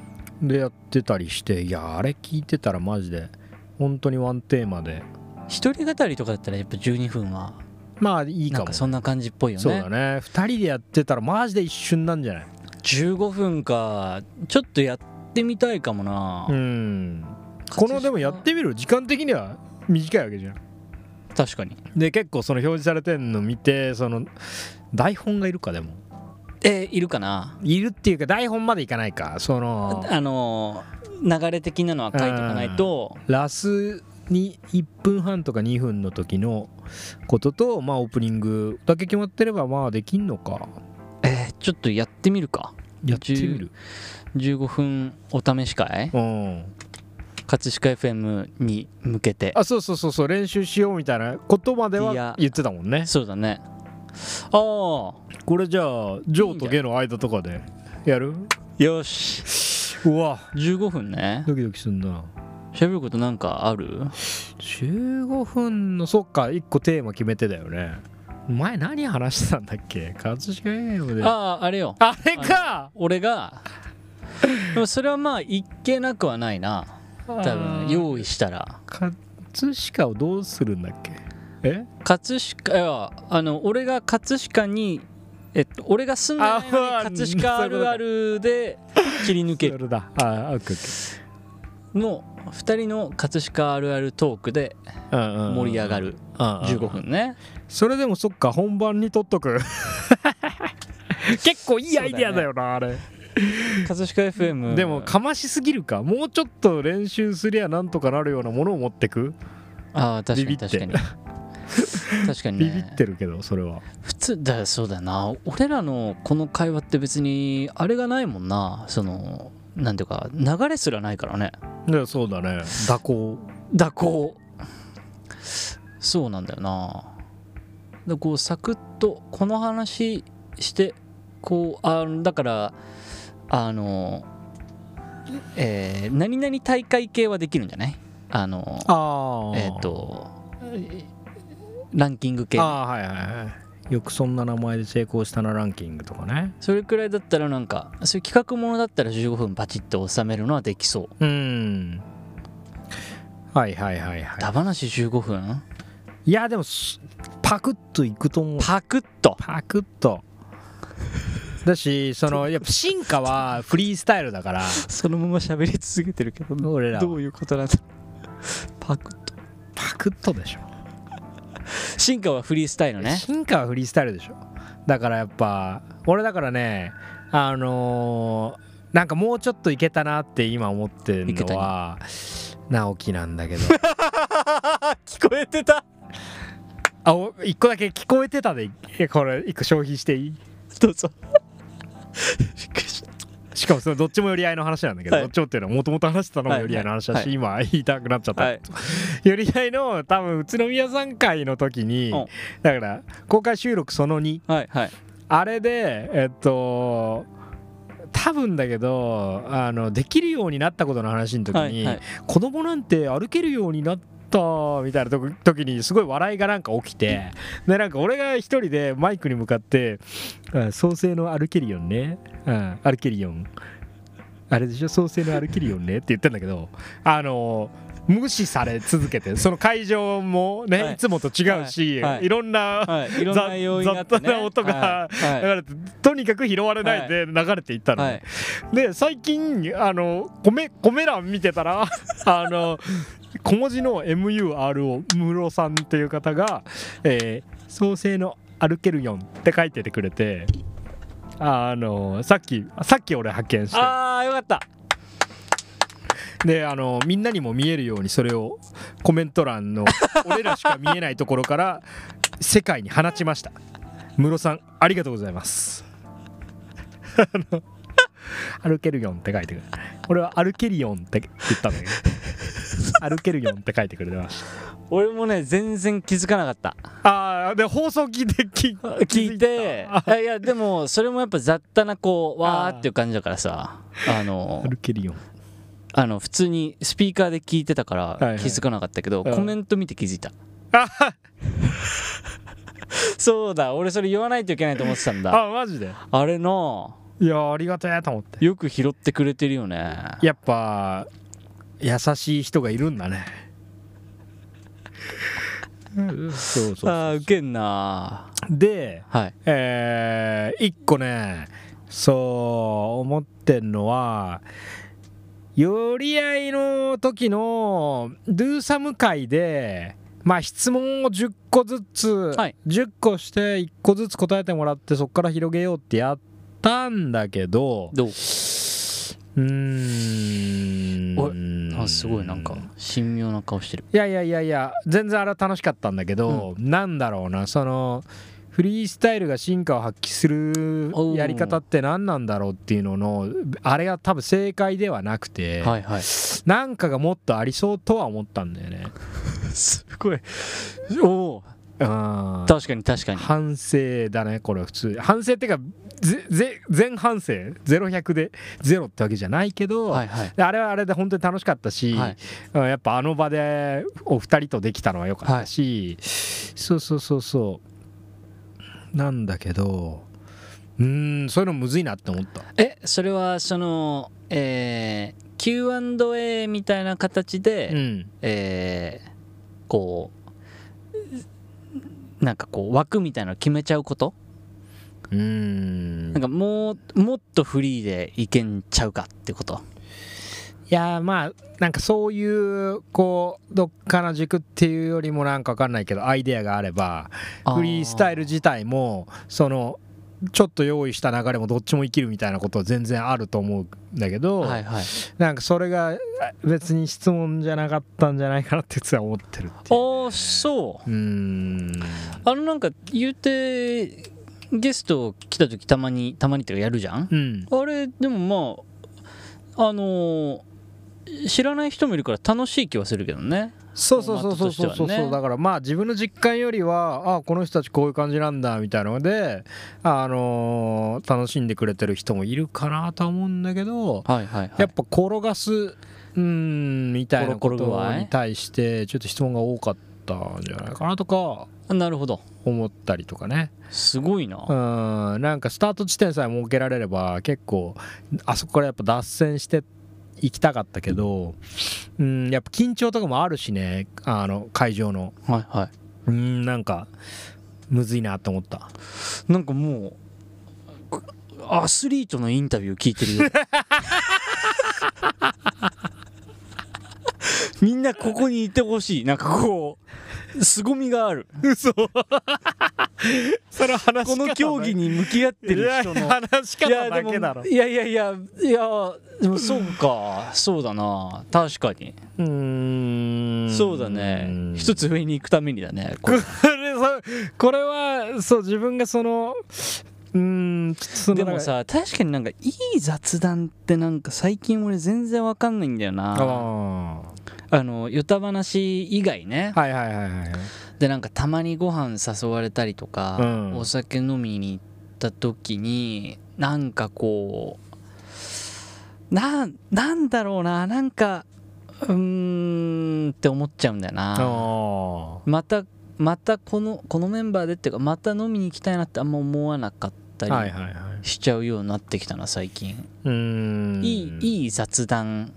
S6: でやってたりしていやあれ聞いてたらマジで本当にワンテーマで
S4: 一人語りとかだったらやっぱ12分は
S6: まあいい
S4: な
S6: か
S4: ん
S6: も
S4: かそんな感じっぽいよ
S6: そうだ
S4: ね
S6: ね2人でやってたらマジで一瞬なんじゃない
S4: 15分かちょっとやってみたいかもな、
S6: うんこのでもやってみる時間的には短いわけじゃん
S4: 確かに
S6: で結構その表示されてんの見てその台本がいるかでも
S4: えーいるかない
S6: るっていうか台本までいかないかその
S4: あのー流れ的なのは書いておかないと
S6: ラスに1分半とか2分の時のこととまあオープニングだけ決まってればまあできんのか
S4: えーちょっとやってみるか
S6: やってみる
S4: 15分お試し会
S6: うん
S4: 葛飾 FM に向けて
S6: あそうそうそうそう練習しようみたいなことまで
S4: い
S6: は
S4: や
S6: 言ってたもんね
S4: そうだねああ
S6: これじゃあジョーとゲの間とかでやる
S4: よし
S6: うわ
S4: 15分ね
S6: ドキドキすんな
S4: 喋ることなんかある
S6: 15分のそっか1個テーマ決めてだよね前何話してたんだっけ葛飾ゲームであ
S4: あああれよ
S6: れか
S4: 俺がでもそれはまあいけなくはないな
S6: 多
S4: 多分用意したら
S6: 葛飾をどうするんだっけえ
S4: 葛飾いやあの俺が葛飾にえっと俺が住んでないの
S6: あ
S4: に葛飾
S6: そ
S4: あ
S6: ういうこと
S4: る
S6: か
S4: あるで切り抜け
S6: そ
S4: る
S6: れだあーオッケー
S4: の2人の葛飾あるあるトークで
S6: オッケーうんうんうん
S4: 盛り上がる
S6: うんうん
S4: 15分ね
S6: それでもそっか本番に撮っとく 結構いいアイディアだよなあれ
S4: 葛飾 FM
S6: でもかましすぎるかもうちょっと練習すりゃなんとかなるようなものを持ってく
S4: ああ確か
S6: ビビ
S4: に
S6: っ
S4: 確
S6: て
S4: かに確かに
S6: ビビ
S4: ね
S6: ってるけどそれは
S4: 普通だそうだな俺らのこの会話って別にあれがないもんなそのなんていうか流れすらないからね
S6: ねそうだね蛇行
S4: 蛇行そうなんだよなでこうサクッとこの話してこうあだからあのえー何々大会系はできるんじゃないあの
S6: あ
S4: えっ、とランキング系
S6: あーはいはいはいよくそんな名前で成功したなランキングとかね
S4: それくらいだったらなんかそういう企画ものだったら15分バチッと収めるのはできそう
S6: うんはいはいはいはい
S4: ダバなし15分
S6: いやでもすパクッといくと思う
S4: パクッと
S6: パクッとだしそのやっぱ進化はフリースタイルだから
S4: そのまま喋り続けてるけど
S6: 俺らは
S4: ういうことなんだ パクッと
S6: パクッとでしょ
S4: 進化はフリースタイルね
S6: 進化はフリースタイルでしょだからやっぱ俺だからねあのーなんかもうちょっといけたなって今思ってる
S4: いけた
S6: のは直樹なんだけど
S4: 聞こえてた
S6: あお一個だけ聞こえてたでいえこれ一個消費していい
S4: どうぞびっくりした
S6: しかもそれどっちも寄り合いの話なんだけど、
S4: はい
S6: どっちもっていうのはもともと話してたのも
S4: はい
S6: 寄り合いの話だし、
S4: はい
S6: 今言いたくなっちゃった、
S4: はい
S6: 寄り合いの多分宇都宮さん会の時に、
S4: うん
S6: だから公開収録その2
S4: はいはい
S6: あれでえっと多分だけどあのできるようになったことの話の時に、
S4: はいはい
S6: 子供なんて歩けるようになったみたいなとこ時にすごい笑いがなんか起きてでなんか俺が一人でマイクに向かって「あ創世の歩けるよね」うん「歩けるよん」あれでしょ創世の歩けるよねって言ってんだけどあの無視され続けてその会場もね、
S4: はい
S6: い、つもと違うし、
S4: はい
S6: い
S4: はい
S6: ろんな、
S4: はいいろんな要因があって、ね、
S6: 雑多な音が
S4: はい
S6: 流
S4: はい
S6: れてとにかく拾われないで流れていったのね、
S4: はい
S6: で最近あの米米欄見てたら あの小文字の MURO 室さんっていう方が「えー、創世の歩けるよん」って書いててくれてあのさっきさっき俺発見して
S4: あーよかった
S6: であのみんなにも見えるようにそれをコメント欄 の俺らしか見えないところから世界に放ちました室さんありがとうございますあの歩けるよんって書いてくれ俺は歩けるよんって言ったんだけど歩けるよんって書いてくれてまし
S4: 俺もね全然気づかなかった
S6: たああで放送聞いて聞
S4: 聞いて
S6: あ
S4: いやいやでもそれもやっぱ雑多なこうわーっていう感じだから さあの
S6: 歩けるよん
S4: あの普通にスピーカーで聞いてたか
S6: いは
S4: ら
S6: い
S4: 気づかなかったけど、
S6: うん
S4: コメント見て気づいた、
S6: あ
S4: そうだ俺それ言わないといけないと思ってたんだ
S6: あマジで
S4: あれない
S6: やありがたいと思って
S4: よく拾ってくれてるよね
S6: やっぱ優しい人がいるんだねうんそうそう
S4: あーウケんな
S6: で
S4: はい
S6: えー、一個ねそう思ってんのは寄り合いの時のドゥーサム会でまあ質問を10個ずつ、
S4: はい
S6: 10個して1個ずつ答えてもらってそこから広げようってやったんだけど
S4: どう
S6: うーん
S4: あすごいなんか神妙な顔してる
S6: いやいやいやいや全然あれは楽しかったんだけど、なんだろうなそのフリースタイルが進化を発揮する
S4: おう
S6: やり方って何なんだろうっていうののあれが多分正解ではなくて、
S4: はいはい
S6: なんかがもっとありそうとは思ったんだよね。
S4: すごいおお
S6: うん
S4: 確かに確かに
S6: 反省だねこれは普通反省っていうかぜぜ全反省0100で0ってわけじゃないけど、
S4: はいはい
S6: であれはあれで本当に楽しかったし、
S4: はい
S6: うんやっぱあの場でお二人とできたのは良かったし、そうそうそうそうなんだけどうーんそういうのむずいなって思った
S4: えそれはそのえー Q&A みたいな形で、
S6: うん
S4: えーこうなんかこう枠みたいなの決めちゃうこと
S6: うーん
S4: なんかもうもっとフリーでいけんちゃうかってこと
S6: いやーまあなんかそういうこうどっかの軸っていうよりもなんかわかんないけどアイデアがあればフリースタイル自体もそのちょっと用意した流れもどっちも生きるみたいなことは全然あると思うんだけど、
S4: はいはい
S6: なんかそれがあ別に質問じゃなかったんじゃないかなって実は思ってるっていう
S4: ああそう
S6: うーん
S4: あのなんか言うてゲスト来た時たまにたまにっていうかやるじゃん
S6: うん
S4: あれでもまああのー知らない人もいるから楽しい気はするけどね
S6: そうそうそうそうそうそ
S4: フォーマットとし
S6: う
S4: てはね
S6: だからまあ自分の実感よりはあこの人たちこういう感じなんだみたいなので、あのー楽しんでくれてる人もいるかなとは思うんだけど、
S4: はいはいは
S6: やっ
S4: い
S6: ぱ転がすうーんみたいなこ
S4: 転がる
S6: と
S4: 具合
S6: に対してちょっと質問が多かったんじゃないかなとか
S4: あなるほど
S6: 思ったりとかね
S4: すごいな、
S6: うんなんかスタート地点さえ設けられれば結構あそこからやっぱ脱線していきたかったけど、うん、やっぱ緊張とかもあるしねあの会場の
S4: はいは
S6: うんなんかむずいなと思った
S4: いなんかもうアスリートのインタビュー聞いて るよみんなここにいてほしいなんかこう凄みがある
S6: 嘘それ話
S4: この競技に向き合ってる人の
S6: 話し
S4: いやでもいやいやいやいやでもそうかそうだな確かに
S6: うーん
S4: そうだね一つ上に行くためにだねこれ
S6: これさこれはそう自分がそのうーんちょっとその
S4: でもさ確かになんかいい雑談ってなんか最近俺全然わかんないんだよ
S6: あ
S4: な
S6: あ
S4: あのヨタ話以外ね
S6: はいはいはいはい
S4: でなんかたまにご飯誘われたりとか、
S6: うん
S4: お酒飲みに行った時になんかこうなんなんだろうななんかうーんって思っちゃうんだよ
S6: あ
S4: な
S6: あ
S4: またまたこのこのメンバーでっていうかまた飲みに行きたいなってあんま思わなかった
S6: はい
S4: り
S6: はいはい
S4: しちゃうようになってきたな最近、
S6: うーん
S4: い
S6: い
S4: いいい雑談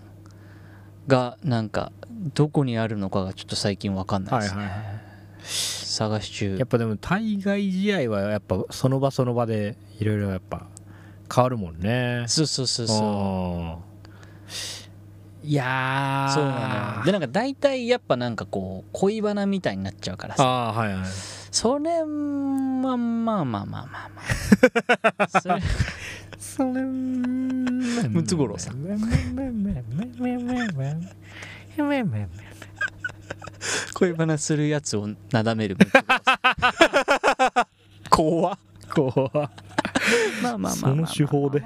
S4: がなんかどこにあるのかがちょっと最近わかんない
S6: は
S4: で
S6: い
S4: す、
S6: はいは
S4: 探し中
S6: いやっぱでも対外試合はやっぱその場その場でいろいろやっぱ変わるもんね
S4: そうそうそうそう
S6: うんいやー
S4: そうなのよでなんか大体やっぱなんかこう恋バナみたいになっちゃうからさ
S6: ああーはいはい
S4: それまあまあまあまあまあま あそれ
S6: それム
S4: ムツゴロウさ
S6: ん
S4: 恋バナするやつをなだめる怖っ
S6: こう
S4: まあまあまあまあまあ
S6: その手法で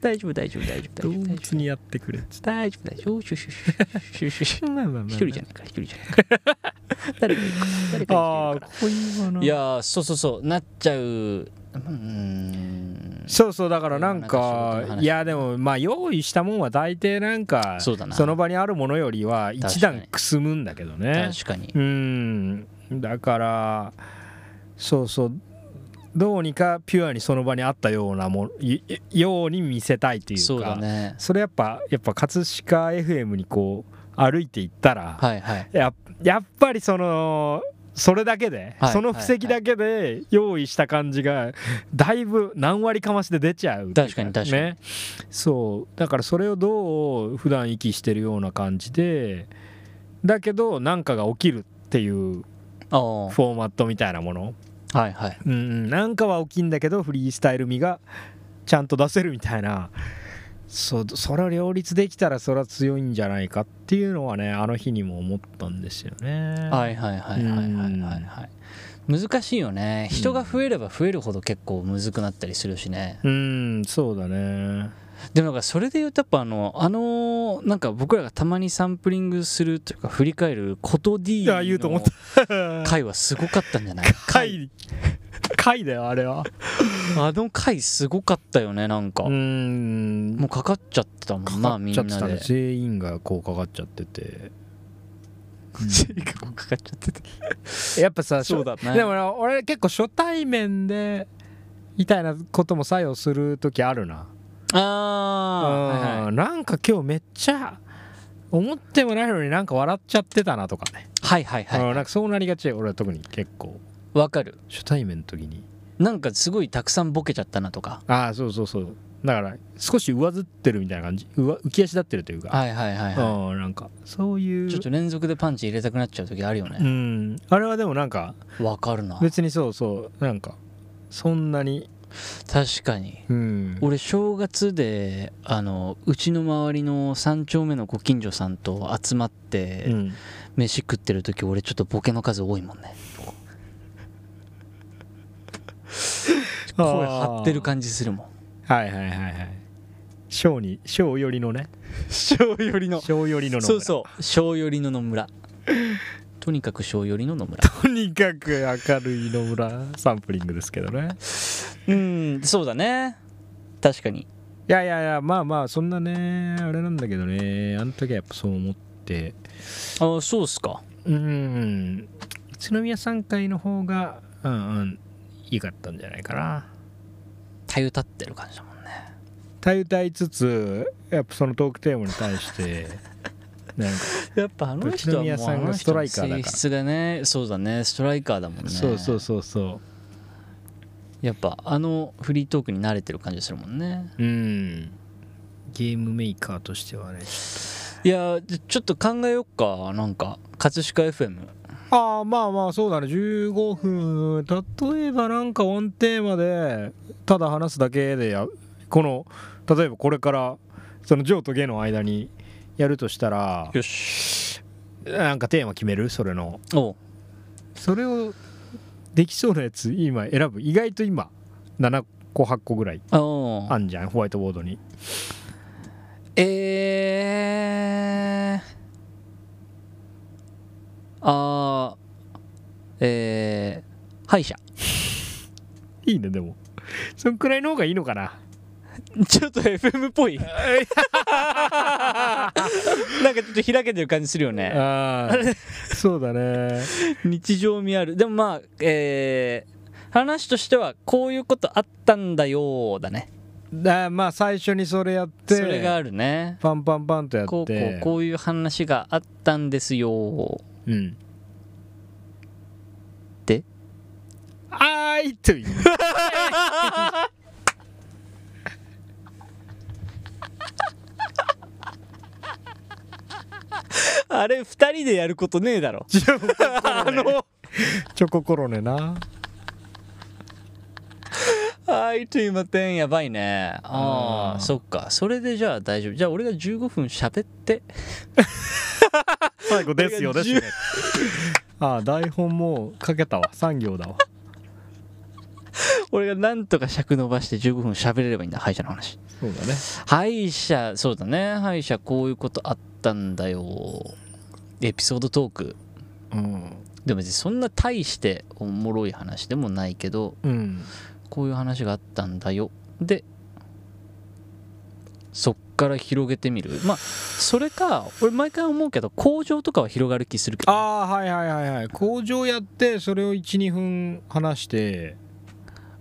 S4: 大丈夫大丈夫大丈夫
S6: 動
S4: 大丈夫大丈
S6: 物にやってくれっつっ
S4: 夫大丈夫大丈夫シュシュシュシュシュシュ一
S6: て一
S4: 人じゃないから一人じゃないから誰かいるから誰か
S6: あ
S4: い
S6: あ
S4: るか
S6: 恋バナ
S4: らいやーそうそうそうなっちゃううーん
S6: そうそうだからなん
S4: なんか仕事の
S6: か
S4: 話
S6: いやでもまあ用意したもんは大抵なんか
S4: そうだな
S6: の場にあるものよりは一
S4: 確
S6: 段
S4: かに
S6: くすむんだけどね
S4: 確かに
S6: うんだからそうそうどうにかピュアにその場にあったようなもいように見せたいというか
S4: そうだね
S6: それやっぱやっぱ葛飾 FM にこう歩いていったら、
S4: はいはい
S6: ややっぱりそのそれだけで、
S4: はい
S6: その布石だけで用意した感じがだいぶ何割かましで出ちゃうっていう
S4: 確かに確かに
S6: ねそうだからそれをどう普段息してるような感じでだけど何かが起きるっていう
S4: ああは
S6: フォーマットみたいなもの
S4: いはい
S6: うんうんなんかは起きんだけどフリースタイル味がちゃんと出せるみたいなそうそれを両立できたらそれは強いんじゃないかっていうのはねあの日にも思ったんですよね。
S4: はいはいはいはいはいはいはい難しいよね人が増えれば増えるほど結構むずくなったりするしね
S6: うーんそうだね
S4: でもなんかそれで言うとやっぱあのあのなんか僕らがたまにサンプリングするというか振り返ること
S6: い
S4: D
S6: や言うと思っ
S4: の
S6: た
S4: 回はすごかったんじゃない
S6: 貝貝だよあれは
S4: あの回すごかったよねなんか、
S6: うーん
S4: もうかかっちゃってたもんなみんな
S6: ね
S4: で
S6: 全員がこうかかっちゃってて
S4: かかっちゃってた
S6: やっぱさ
S4: そうだね
S6: でもな俺結構初対面でみたいなことも作用する時あるな
S4: あー、はい
S6: うん
S4: はい、
S6: なんか今日めっちゃ思ってもないのになんか笑っちゃってたなとかね、
S4: はいはいはい
S6: うんなんかそうなりがち俺は特に結構
S4: わかる
S6: 初対面の時に
S4: なんかすごいたくさんボケちゃったなとか
S6: ああそうそうそうだから少し上ずってるみたいな感じ上浮き足立ってるというか、
S4: はいはいはいは
S6: うんなんかそういう
S4: いちょっと連続でパンチ入れたくなっちゃう時あるよ
S6: う
S4: ね
S6: んあれはでもなんか
S4: わかるな
S6: 別にそうそうなんかそんなに
S4: 確かに
S6: うん
S4: 俺正月であのうちの周りの3丁目のご近所さんと集まっ
S6: う
S4: て
S6: ん
S4: 飯食ってる時俺ちょっとボケの数多いもんね声張ってる感じするもん
S6: あーはいはいはいはい小に小寄りのね
S4: 小寄り
S6: 小寄りの
S4: そうそう小寄りの野村とにかく小寄りの野村
S6: うとにかく明るい野村サンプリングですけどね
S4: うんそうだね確かに
S6: いやいやいやまあまあそんなねあれなんだけどねあの時はやっぱそう思って
S4: ああそうっすか
S6: うん宇都宮3回の方がうんうんいいかったんじゃないかな
S4: たゆたってる感じだもんね
S6: たゆたいつつやっぱそのトークテーマに対して なんか
S4: やっぱあの人はもう
S6: 宇都宮さんがストライカーだから
S4: あの人の性質がねそうだねストライカーだもんね
S6: そうそうそうそ
S4: やっぱあのフリートークに慣れてる感じするもんね
S6: ううんゲームメーカーとしてはね
S4: いやーちょっと考えよっかなんか葛飾 FM
S6: ああまあまあそうだね15分例えばなんかワンテーマでただ話すだけでやこの例えばこれからその「ジョー」と「ゲ」の間にやるとしたら
S4: よし
S6: なんかテーマ決めるそれの
S4: おう
S6: それをできそうなやつ今選ぶ意外と今7個8個ぐらい
S4: あお
S6: あんじゃんホワイトボードに
S4: えー、あーえー、歯医者
S6: いいねでもそんくらいの方がいいのかな
S4: ちょっと FM っぽ いなんかちょっと開けてる感じするよね
S6: あ あそうだね
S4: 日常味あるでもまあえー話としてはこういうことあったんだよーだね
S6: だまあ最初にそれやって
S4: それがあるね
S6: パンパンパンとやって
S4: こうこうこういう話があったんですよー
S6: うん
S4: で
S6: あーい という
S4: あれ二人でやることねえだろ
S6: あのチョココロネな
S4: はいというまてんやばいねああそっかそれでじゃあ大丈夫じゃあ俺が15分喋って
S6: 最後ですよ
S4: これ
S6: で
S4: が10
S6: すよあー台本もうかけたわ3行だわ
S4: 俺がなんとか尺伸ばして15分喋れればいいんだ歯医者の話
S6: そうだね
S4: 歯医者そうだね歯医者こういうことあったんだよーエピソードトーク
S6: うん
S4: でも別にそんな大しておもろい話でもないけど
S6: うん
S4: こういう話があったんだよでそっから広げてみるまあそれか俺毎回思うけど工場とかは広がる気するけど
S6: ああーはいはいはいはい工場やってそれを12分話して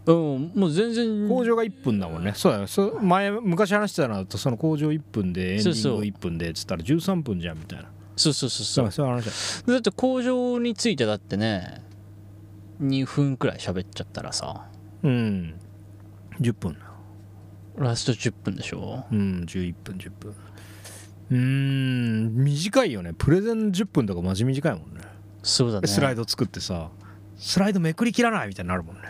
S4: うんもう全然
S6: 工場が1分だもんねそうだよそ前昔話してたのだとその工場1分でエンデ
S4: そうそ
S6: ィン
S4: う
S6: グ1分でっつったら13分じゃんみたいな
S4: そうそうそう
S6: そ
S4: そう
S6: うそういう話だ
S4: だって工場についてだってね2分くらい喋っちゃったらさ
S6: うん10分だ
S4: ラスト10分でしょ
S6: うん11分10分うーん短いよねプレゼン10分とかマジ短いもんね
S4: そうだね
S6: スライド作ってさスライドめくりきらないみたいになるもんね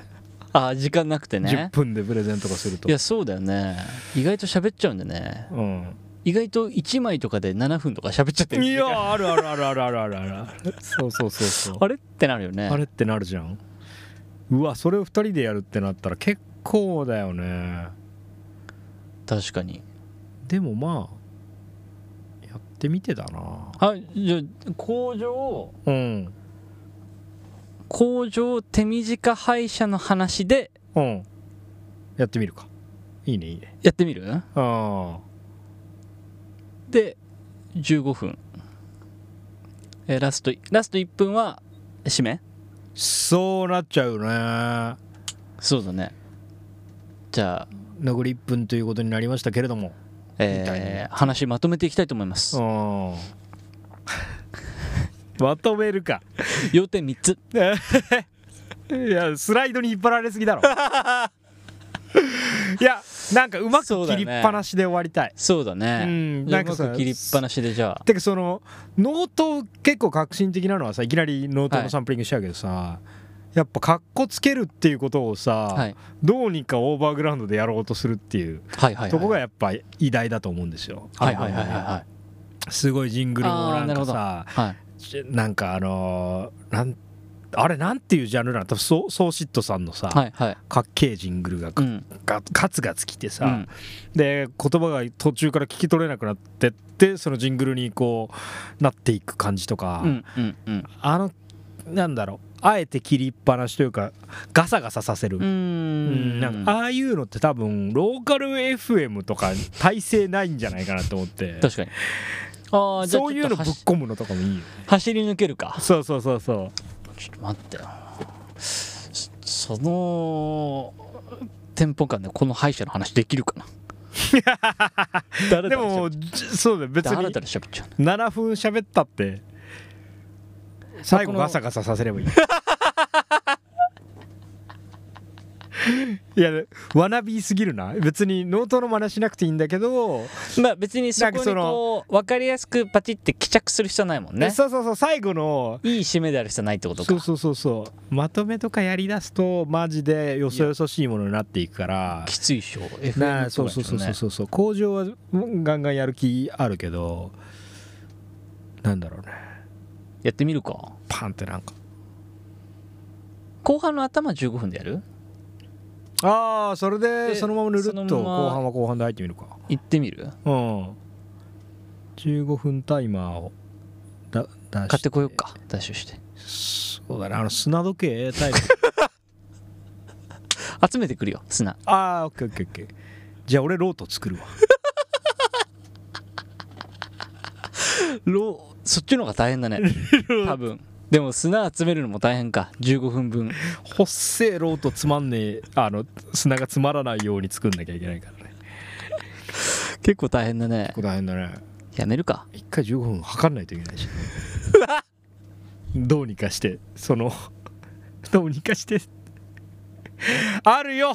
S4: あ時間なくて
S6: 10
S4: ね
S6: 分でプレゼンとかすると
S4: いやそうだよね意外と喋っちゃうんでね
S6: うん
S4: 意外と1枚とかで7分とか喋っちゃってる
S6: いやあるあるあるあるあるあるあるそうそうそうそう
S4: あれってなるよね
S6: あれってなるじゃんうわそれを2人でやるってなったら結構だよね
S4: 確かに
S6: でもまあやってみてだな
S4: あじゃあ工場
S6: うん
S4: 工場手短歯医者の話で
S6: うんやってみるかいいねいいね
S4: やってみる
S6: あ
S4: で15分えーラストラスト1分は締め
S6: あそうなっちゃうね
S4: そうだねじゃあ、
S6: 残り1分ということになりましたけれどもみたい
S4: えー話まとめていきたいと思います、
S6: うんまとめるか
S4: 要点3つ
S6: いやスライドに引っ張られすぎ だろいやなんかうまく
S4: そうだ
S6: 切
S4: ね
S6: りっぱなしで終わりたい
S4: そうだね、
S6: うん
S4: な
S6: なんん
S4: か
S6: かさ
S4: 切りっぱなしでじゃあ
S6: てかそのノート結構革新的なのはさいきなりノートのサンプリングしちゃうけどさ、やっぱカッコつけるっていうことをさ、
S4: はい
S6: どうにかオーバーグラウンドでやろうとするっていう
S4: はいはいはい
S6: とこがやっぱ偉大だと思うんですよ。
S4: はいはいはいはいは
S6: すごいジングルもなんかさ
S4: いはい
S6: ちなんかあのーなんあれなんていうジャンルなの多分ソソーシットさんのさ、
S4: はいはい
S6: かっけえジングルが
S4: う
S6: ガ
S4: ん
S6: ガガツガツきてさ、
S4: うん
S6: で言葉が途中から聞き取れなくなってってそのジングルにこうなっていく感じとか、
S4: うんうんうん
S6: あのなんだろうあえて切りっぱなしというかガサガサさせる、
S4: うー
S6: うん
S4: ん
S6: なんかああいうのって多分ローカル FM とか体制ないんじゃないかなと思って
S4: 確かにああじゃあ
S6: そうい
S4: ち
S6: う
S4: ょ
S6: の
S4: っと
S6: ぶっ
S4: 走
S6: 込むのとかもいいよね
S4: 走り抜けるか
S6: そうそうそうそう
S4: ちょっと待ってよそそのテンポ感でこの歯医者の話できる かな誰
S6: で
S4: だろ
S6: も
S4: う
S6: じそうだよ別
S4: 誰
S6: に
S4: だろう喋っちゃう
S6: 7分喋ったって最後
S4: この
S6: ガサガサさせればいいいやわなびすぎるな別にノートの真似しなくていいんだけど、
S4: まあ別にそこに
S6: なんかその
S4: こう分かりやすくパチって帰着する必要ないもんね
S6: そうそうそう最後の
S4: いい締めである必要ないってこと
S6: そう
S4: か
S6: そうそうそうまとめとかやりだすとマジでよそよそしいものになっていくから
S4: きついっしょ FM
S6: なあ
S4: と
S6: そ
S4: か
S6: う
S4: でしょ
S6: そう
S4: ね
S6: そうそうそうそう工場はガンガンやる気あるけどなんだろうね
S4: やってみるか
S6: パンってなんか
S4: 後半の頭15分でやる
S6: ああそれ
S4: で
S6: でそのままぬるっ
S4: そ
S6: と
S4: のまま
S6: 後半は後半で入ってみるか
S4: 行ってみる
S6: うん15分タイマーをだ出して
S4: 買ってこようかダッシュして
S6: そうだねあの砂時計 タイプ
S4: 集めてくるよ砂
S6: ああオッケーオッケーオッケーじゃあ俺ロート作るわ
S4: ロそっちの方が大変だ ね多分でも砂集めるのも大変か15分分
S6: ほっせえロートつまんねえあの砂が詰まらないように作んなきゃいけないからね
S4: 結構大変だね
S6: ここ大変だね
S4: やめるか
S6: 一回15分測んないといけない しどうにかしてそのどうにかしてあるよ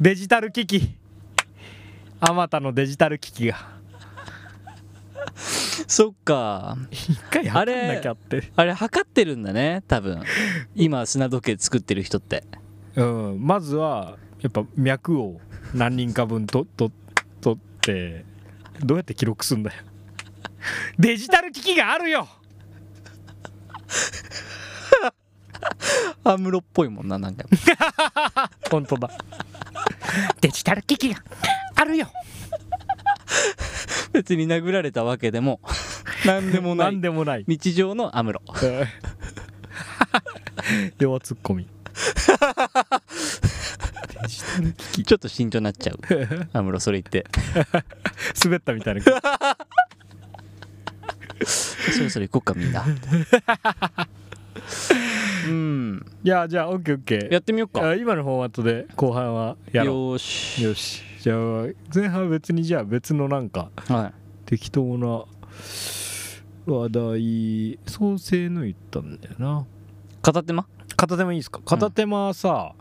S6: デジタル機器あまたのデジタル機器が
S4: そっか
S6: 一回測んなきゃって
S4: あれ測ってるんだね多分今砂時計作ってる人って
S6: うんまずはやっぱ脈を何人か分とと取ってどうやって記録すんだよデジタル機器があるよ
S4: アムロっぽいもんななんか
S6: 本当だ デジタル機器があるよ
S4: 別に殴られたわけでも何でも な
S6: 何
S4: い
S6: でもない
S4: 日常のアム ロ
S6: 弱ツッコミ下の危機
S4: ちょっと慎重になっ ちゃう安室それ言って
S6: 滑ったみたいな は
S4: そろそろ行こうかみ んなうん
S6: いやじゃあオッケーオッケー
S4: やってみようか
S6: あ今のフォーマットで後半はやろ
S4: よー
S6: う
S4: し
S6: よしじゃあ前半は別にじゃあ別のなんか
S4: は
S6: 適当な話題創生の言ったんだよない
S4: 片手間
S6: 片手間いいですか片手間はさ、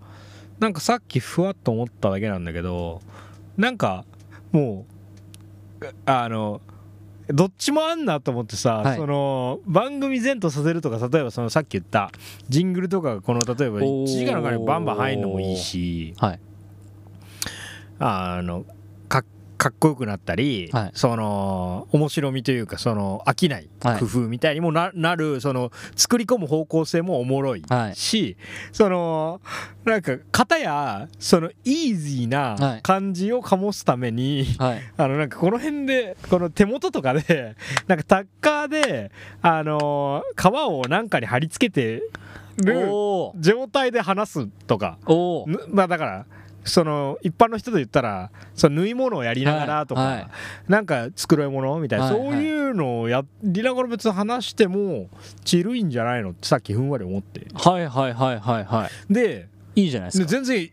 S6: なんかさっきふわっと思っただけなんだけどなんかもうあのどっちもあんなと思ってさ、
S4: はい
S6: その番組前とさせるとか例えばそのさっき言ったジングルとかがこの例えば
S4: おー
S6: 1時間の中にバンバン入るのもいいし、
S4: はい
S6: あのかかっこよくなったり、
S4: はい
S6: その面白みというかその飽きない
S4: はい
S6: 工夫みたいにもななるその作り込む方向性もおもろい
S4: はい
S6: し、そのなんか片やそのイージー
S4: は
S6: ない感じを醸すために、
S4: はい
S6: あのなんかこの辺でこの手元とかで なんかタッカーであの皮をなんかに貼り付けてる
S4: おー
S6: 状態で話すとか。
S4: おー
S6: ぬまあだからその一般の人と言ったらその縫い物をやりながらとか、
S4: はいはい
S6: なんか繕い物みたいな、
S4: はいはい
S6: そういうのをやりながら別に話してもちるいんじゃないのってさっきふんわり思って
S4: はいはいはいはいは
S6: で
S4: いいいじゃないですか
S6: 全然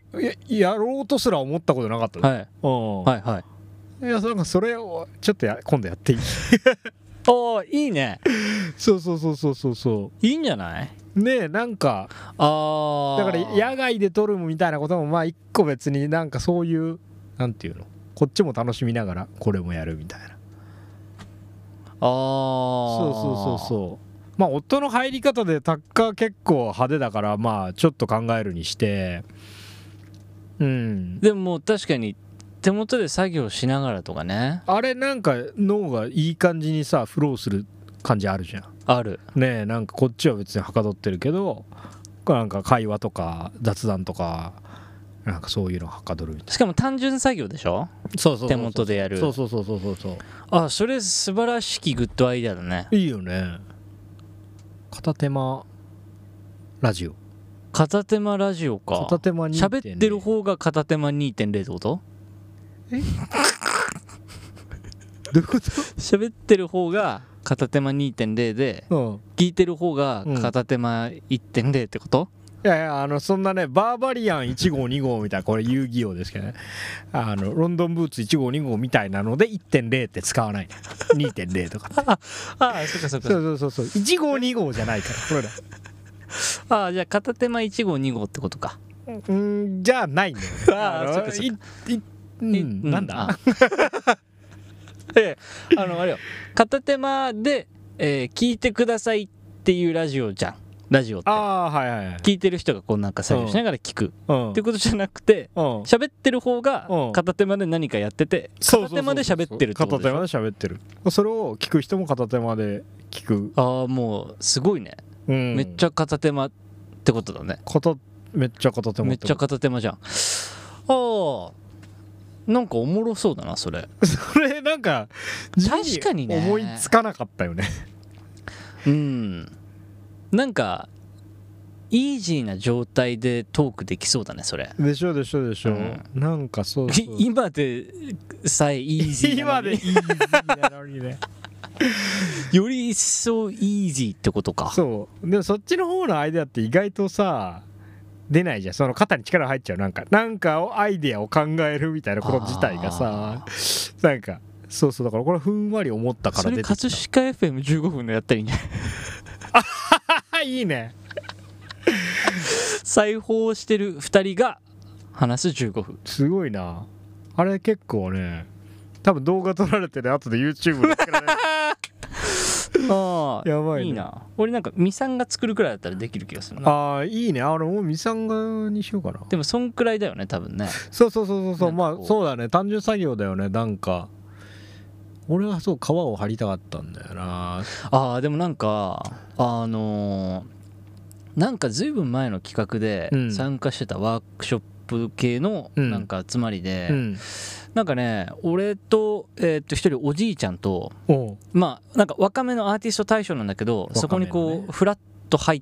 S6: ややろうとすら思ったことなかった、
S4: はい
S6: うん
S4: はいはい
S6: い、やなんかそれをちょっとや今度やっていい
S4: おーいいね
S6: そうそうそうそうそうそ
S4: いいんじゃないう
S6: ねえなんか
S4: あ
S6: だ
S4: あ
S6: から野外で撮るみたいなこともまあ一個別になんかそういうなんていうのこっちも楽しみながらこれもやるみたいな
S4: ああ
S6: そうそうそうそうまあ夫の入り方でタッカー結構派手だからまあちょっと考えるにしてうん
S4: でももう確かに手元で作業しながらとかね
S6: あれなんか脳がいい感じにさフローする感じあるじゃん
S4: ある
S6: ねえなんかこっちは別にはかどってるけどなんか会話とか雑談とかなんかそういうのはかどるみたい
S4: しかも単純作業でしょ
S6: なそうそうそうそう
S4: 手元でやる
S6: そうそうそうそうそうそう
S4: あそれ素晴らしきグッドアイデアだね
S6: いいよね片手間ラジオ
S4: 片手間ラジオか
S6: 片手間に
S4: 喋ってる方が片手間2.0ってこと
S6: どういうこと
S4: 喋ってる方が片手間2.0で
S6: うん
S4: 聞いてる方が
S6: うん
S4: 片手間1.0ってこと、
S6: いやいやあのそんなねバーバリアン1号2号みたいなこれ遊戯王ですけどねあのロンドンブーツ1号2号みたいなので1.0って使わないの2.0とかって
S4: ああそっかそっか
S6: そうそうそうそう1号2号じゃないからこれだ
S4: ああじゃあ片手間1号2号ってことか
S6: うんじゃあないんだよね
S4: あー
S6: の
S4: そっかそっ
S6: いいうん
S4: う
S6: なんだ
S4: あ ええあのあれよ片手間で、えー聞いてくださいっていうラジオじゃんラジオって
S6: ああーはいはいはい
S4: 聞いてる人がこうなんか作業しながら聞く、
S6: うん
S4: ってことじゃなくて
S6: うん
S4: 喋ってる方が
S6: うん
S4: 片手間で何かやってて
S6: そうそうそうそう
S4: 片手間で喋ってるってこと
S6: 片
S4: で
S6: 手
S4: し
S6: 間
S4: ょ
S6: で喋ってるそれを聞く人も片手間で聞く、
S4: ああもうすごいね、
S6: うん、
S4: めっちゃ片手間ってことだね
S6: 片めっちゃ片手間
S4: め
S6: っ
S4: ってちゃ
S6: こと
S4: 片手間じゃんああなんかおもろそうだなそれ
S6: これなんか地味
S4: 確かにね
S6: 思いつかなかったよね
S4: うんなんかイージーな状態でトークできそうだねそれ
S6: でしょでしょでしょ、
S4: うん
S6: なんかそうそう
S4: い 今でさえイージーな
S6: 今
S4: の
S6: で
S4: に
S6: イージーなのにね
S4: より一層イージーってことか
S6: そうでもそっちの方のアイデアって意外とさ出ないじゃんその肩に力入っちゃうなんかなんかをアイデアを考えるみたいなこと自体がさなんかそうそうだからこれふんわり思ったか
S4: そ
S6: ら
S4: れ
S6: 出てき
S4: 葛
S6: た
S4: 飾 FM15 分のやったらいいんじゃない
S6: あいいね
S4: 裁縫をしてる2人が話す15分
S6: すごいなあれ結構ね多分動画撮られてね後で YouTube に作られる
S4: ああ
S6: やばいね
S4: いいな俺なんかミさんが作るくらいだったらできる気がするな
S6: ああいいねあれもうミサンガにしようかな
S4: でもそんくらいだよね多分ね
S6: そうそうそうそうそう
S4: なんか
S6: ま
S4: こう
S6: あそうだね単純作業だよねなんか俺はそう皮を張りたかったんだよな
S4: ああでもなんかあのーなんかずいぶん前の企画で
S6: うん
S4: 参加してたワークショップ系の
S6: うん
S4: なんか集まりで、
S6: うん
S4: なんかね俺とえーっと一人おじいちゃんと
S6: おう
S4: まあなんか若めのアーティスト大賞なんだけど、そこに
S6: 若めの
S4: こ
S6: ね
S4: うフラッと入っ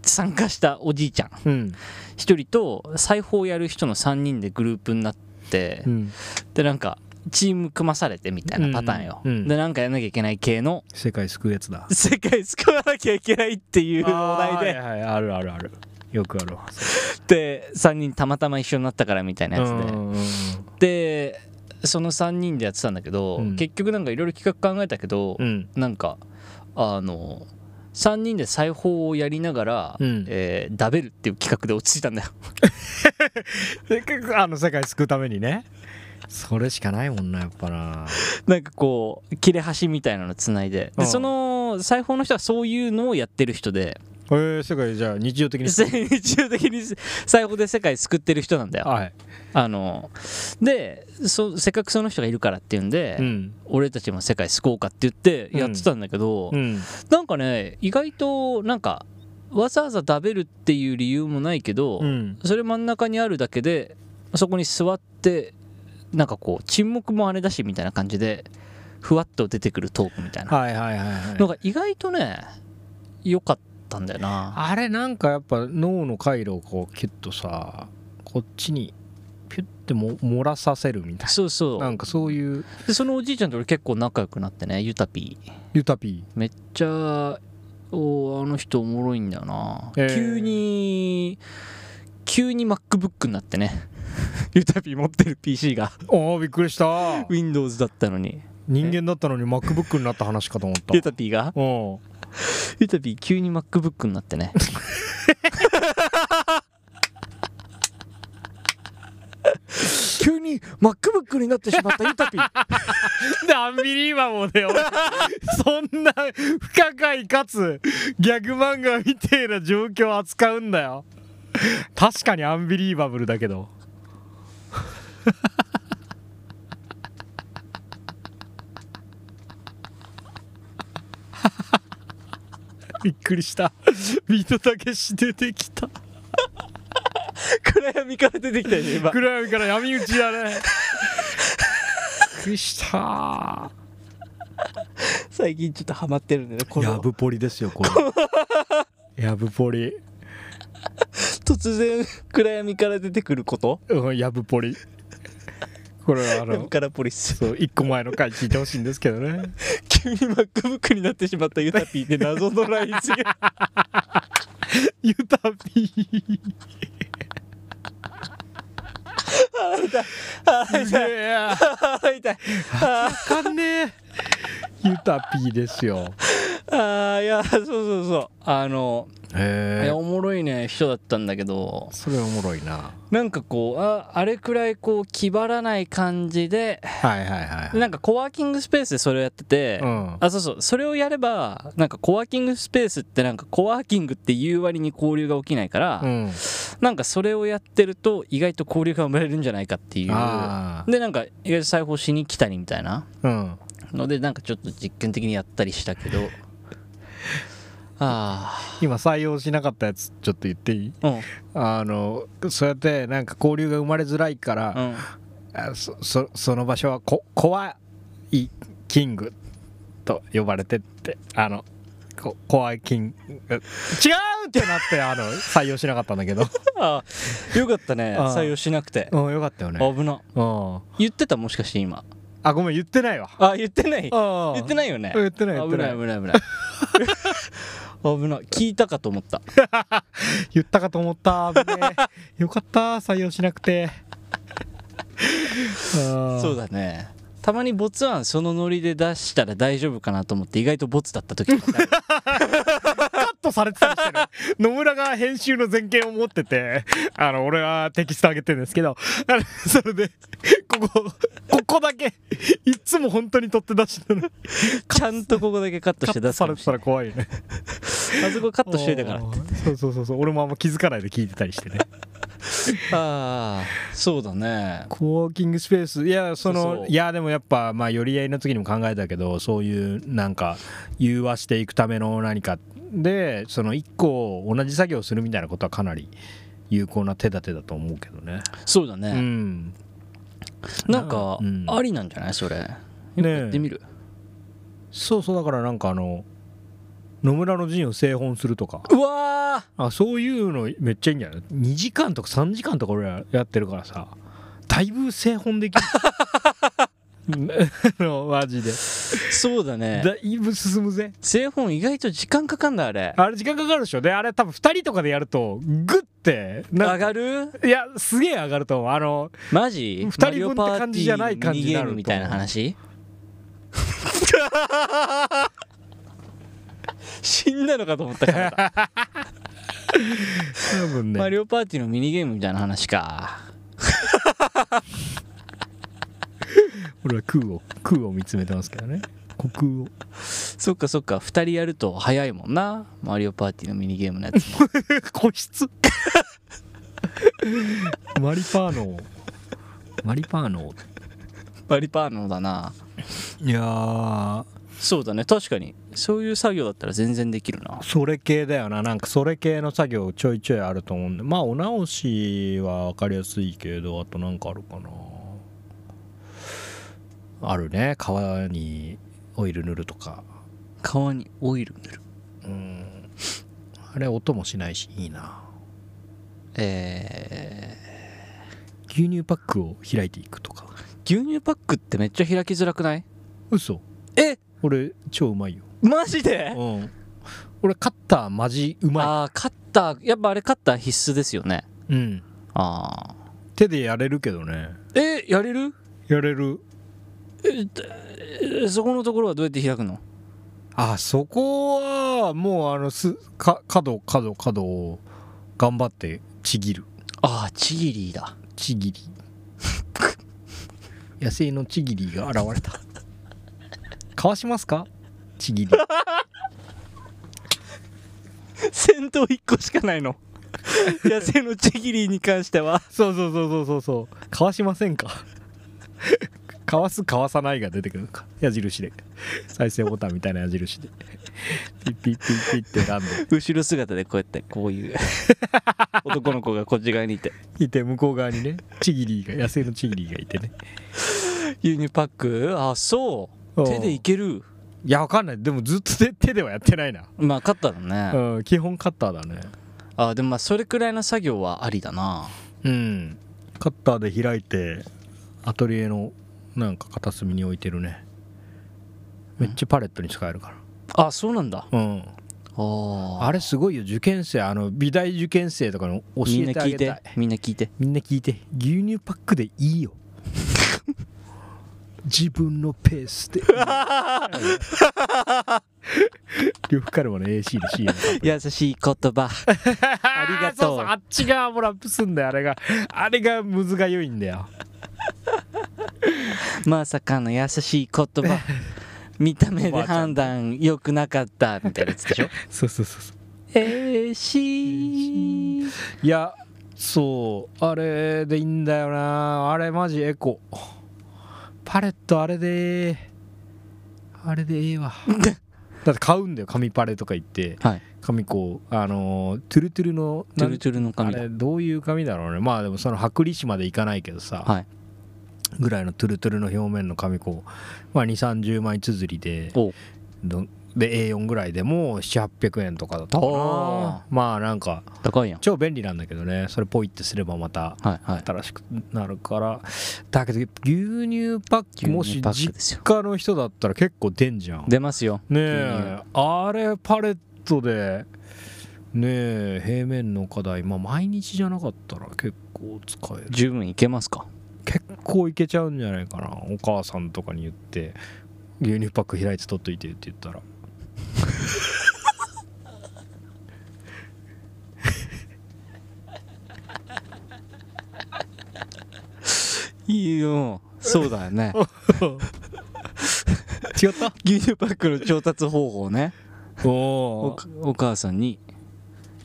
S4: 参加したおじいちゃん
S6: うん
S4: 一人と裁縫をやる人の3人でグループになって、
S6: うん
S4: でなんかチーム組まされてみたいなパターンよ、
S6: うんうん
S4: でなんかやんなきゃいけない系の
S6: 世界救うやつだ
S4: 世界救わなきゃいけないっていうお題で、
S6: あーはいはいあるあるあるよくあるわ
S4: で3人たまたま一緒になったからみたいなやつで、
S6: うんうん
S4: でその3人でやってたんだけど、
S6: うん
S4: 結局なんかいろいろ企画考えたけど、
S6: うん
S4: なんかあの3人で裁縫をやりながら、
S6: うん
S4: えーダベるっていう企画で落ち着いたんだよ
S6: せっかくあの世界救うためにねそれしかないもんなやっぱな
S4: なんかこう切れ端みたいなのつないで
S6: うん
S4: でその裁縫の人はそういうのをやってる人で
S6: えー、世界じゃあ日常 的 に
S4: 日常的に裁縫で世界救ってる人なんだよ
S6: はい
S4: あのでそせっかくその人がいるからっていうんで、
S6: うん
S4: 俺たちも世界救おうかって言ってやってたんだけど、
S6: うん
S4: なんかね意外となんかわざわざ食べるっていう理由もないけど、
S6: うん
S4: それ真ん中にあるだけでそこに座ってなんかこう沈黙もあれだしみたいな感じでふわっと出てくるトークみたいな
S6: はいはいはいはい
S4: のが意外とね良かったんだよな
S6: あれなんかやっぱ脳の回路をこうキュッとさこっちにピュッても漏らさせるみたい
S4: そうそ
S6: なな
S4: うん
S6: かそういう
S4: でそのおじいちゃんと俺結構仲良くなってねゆたぴー
S6: ユタピ
S4: めっちゃおーあの人おもろいんだよな、
S6: えー
S4: 急に急に MacBook になってね ゆたぴー持ってる PC が
S6: ーああびっくりした
S4: Windows だったのに
S6: 人間だったのに MacBook になった話かと思った
S4: ゆたぴーが
S6: うん
S4: ゆたぴー急に MacBook になってね急に MacBook になってしまったゆたぴー
S6: アンビリーバボーだよ そんな不可解かつギャグ漫画みたいな状況を扱うんだよ確かにアンビリーバブルだけどびっくりしたビートたけし出てきた
S4: 暗闇から出てきたよね今
S6: 暗闇から闇討ちだねびっくりした
S4: 最近ちょっとハマってるんでねこ
S6: や
S4: の
S6: ぶポリですよこれやぶポリ
S4: 突然暗闇から出てくること
S6: うんやぶポリこれはあ
S4: ヤブ
S6: の
S4: カラポリス
S6: そう一個前の回聞いてほしいんですけどね
S4: 急に MacBook になってしまったユタピーって 謎のライン付け
S6: ユタピーすげえ
S4: あー痛いあ
S6: わかんねえユタピーですよ
S4: ーあーいやそうそうそうあの、い
S6: へ
S4: や
S6: え
S4: おもろいね人だったんだけど
S6: それおもろいな
S4: なんかこうああれくらいこう気張らない感じで
S6: はいはいはい
S4: なんかコワーキングスペースでそれをやってて、
S6: うん
S4: あそうそうそれをやればなんかコワーキングスペースってなんかコワーキングっていう割に交流が起きないから、
S6: うん
S4: なんかそれをやってると意外と交流が生まれるんじゃないかっていう
S6: あ
S4: でなんか意外と裁縫しに来たりみたいな
S6: あうん
S4: のでなんかちょっと実験的にやったりしたけどあ
S6: 今採用しなかったやつちょっと言っていい
S4: あうんうん
S6: あのそうやってなんか交流が生まれづらいから、あそそその場所はこ怖いキングと呼ばれてってあのこ怖いキング違うってなってあの採用しなかったんだけど
S4: あよかったね
S6: ああ
S4: 採用しなくて
S6: うんよかったよね
S4: 危な
S6: うん
S4: 言ってたもしかして今
S6: あごめん言ってないわ
S4: あ言ってない
S6: あ
S4: 言って
S6: い
S4: ないよね
S6: 言ってない言っ
S4: 危
S6: て
S4: な
S6: ないい
S4: 危ない危ない危ない聞いたかと思った
S6: 言ったかと思った危ね えよかった採用しなく て
S4: そ
S6: そう
S4: だねたまにボツ案そのノリで出したら大丈夫かなと思って意外とボツだった時
S6: カットされてたりしてる 野村が編集の全権を持っててあの俺はテキスト上げてるんですけどあのそれでここここだけいっつも本当に取って出してる
S4: ちゃんとここだけカットし
S6: カ
S4: て
S6: ット
S4: 出すか
S6: さ
S4: も
S6: れ
S4: してれな
S6: たら怖いよね
S4: いあそこカットしといたからって
S6: そうそうそうそう俺もあんま気づかないで聞いてたりしてね
S4: ああそうだね
S6: コワーキングスペースいやその
S4: そうそう
S6: いやでもやっぱまあ寄り合いの次にも考えたけどそういうなんか融和していくための何かでその一個同じ作業をするみたいなことはかなり有効な手立てだと思うけどね
S4: そうだ
S6: う
S4: ね、
S6: ん
S4: なんか
S6: うん
S4: ありなんじゃないそれよく
S6: ねえ
S4: やってみる、
S6: そうそうだからなんかあの野村の陣を製本するとか
S4: うわ
S6: あそういうのめっちゃいいんじゃない2時間とか3時間とか俺らやってるからさだいぶ製本できるうんあの マジで
S4: ーそうだね
S6: だいぶ進むぜ
S4: 製本意外と時間かかんだあれ
S6: あれ時間かかるでしょであれ多分2人とかでやるとグッてな
S4: 上
S6: んか
S4: がる
S6: いやすげえ上がると思うあの
S4: マジ
S6: 二人分って感じじゃない感じにな
S4: マリオパーティーミニゲー
S6: る
S4: ムみたいな話死んだのかと思ったから だ
S6: 多分
S4: マ
S6: ね
S4: リオパーティーのミニゲームみたいな話か
S6: 俺は空を空を見つめてますけどね空を
S4: そっかそっか2人やると早いもんなマリオパーティーのミニゲームのやつも
S6: 個室 マリパーノマリパーノ
S4: マリパーノだない
S6: やー
S4: そうだね確かにそういう作業だったら全然できるな
S6: それ系だよななんかそれ系の作業ちょいちょいあると思うんでまあお直しは分かりやすいけどあとなんかあるかなあるね革にオイル塗るとか
S4: 顔にオイル塗る
S6: うんあれ音もしないしいいな
S4: え
S6: 牛乳パックを開いていくとか
S4: ー、牛乳パックってめっちゃ開きづらくない
S6: 嘘
S4: え
S6: 俺超うまいよ
S4: マジで
S6: うん俺カッターマジうま
S4: ああカッターやっぱあれカッター必須ですよね
S6: いうん
S4: ああ
S6: 手でやれるけどね
S4: えやれる
S6: やれる
S4: えそこのところはどうやって開くの
S6: あそこはもうあのすか角角角を頑張ってちぎる
S4: ああチギリーだ
S6: ちぎ り野生のちぎりが現れたかわしますかちぎり
S4: 戦闘1個しかないの 野生のチギリーに関しては
S6: そうそうそうそうそうそうかわしませんかかわすかわさないが出てくるのか矢印で再生ボタンみたいな矢印でピッピッピッピッって選んで
S4: 後ろ姿でこうやってこう いう男の子がこっち側にいて
S6: いて向こう側にねちぎりが野生のちぎりがいてね
S4: 牛乳パックあそう
S6: おう
S4: 手でいける
S6: いやわかんないでもずっと手手ではやってないな
S4: まあカッターだね、
S6: うん、基本カッターだね
S4: あでもまあそれくらいの作業はありだな
S6: うんカッターで開いてアトリエのなんか片隅に置いてるねめっちゃパレットに使えるか
S4: あそうなんだ
S6: らうん
S4: あ
S6: あれすごいよ受験生あの美大受験生とかの教
S4: あみん
S6: え
S4: な
S6: てあ
S4: 聞い
S6: げた
S4: て
S6: い
S4: みんな聞いて
S6: みんな聞いて牛乳パックでいいよ自分のペース で呂布カルマの AC の CM
S4: 優しい言 葉ありが
S6: そう
S4: と
S6: そう
S4: う
S6: あっち側もラップすんだよあれがあれがムズが良いんだよ
S4: まさかの優しい言葉見た目で判断良くなかったみたいなやつでしょ
S6: そうそうそうそう
S4: えーしー
S6: いやそうあれでいいんだよなあれマジエコパレットあれであれでええわ だって買うんだよ紙パレとか言って
S4: はい
S6: 紙こうあのートゥルトゥルの
S4: ト
S6: な
S4: ゥ
S6: ん
S4: ルトゥルの
S6: あ
S4: 髪だ
S6: れどういう紙だろうねまあでもその剥離紙までいかないけどさ、
S4: はい
S6: ぐらいのトゥルトゥルの表面の紙こう、まあ、2 3 0枚綴りで
S4: おう
S6: どで A4 ぐらいでもう700800円とかだったか
S4: あ
S6: なまあなんか
S4: 高いやん
S6: 超便利なんだけどねそれポイってすればまた
S4: はいはい
S6: 新しくなるからだけど牛乳パッ
S4: 牛
S6: クも
S4: 乳
S6: し
S4: パック
S6: 実
S4: ですよ
S6: 家の人だったら結構出んじゃんね
S4: 出ますよ
S6: えあれパレットでねえ平面の課題まあ毎日じゃなかったら結構使える
S4: 十分いけますか
S6: 結構いけちゃうんじゃないかなお母さんとかに言って牛乳パック開いて取っといてって言ったら
S4: いいよそうだよね
S6: 違った
S4: 牛乳パックの調達方法ねお
S6: お
S4: かお母さんに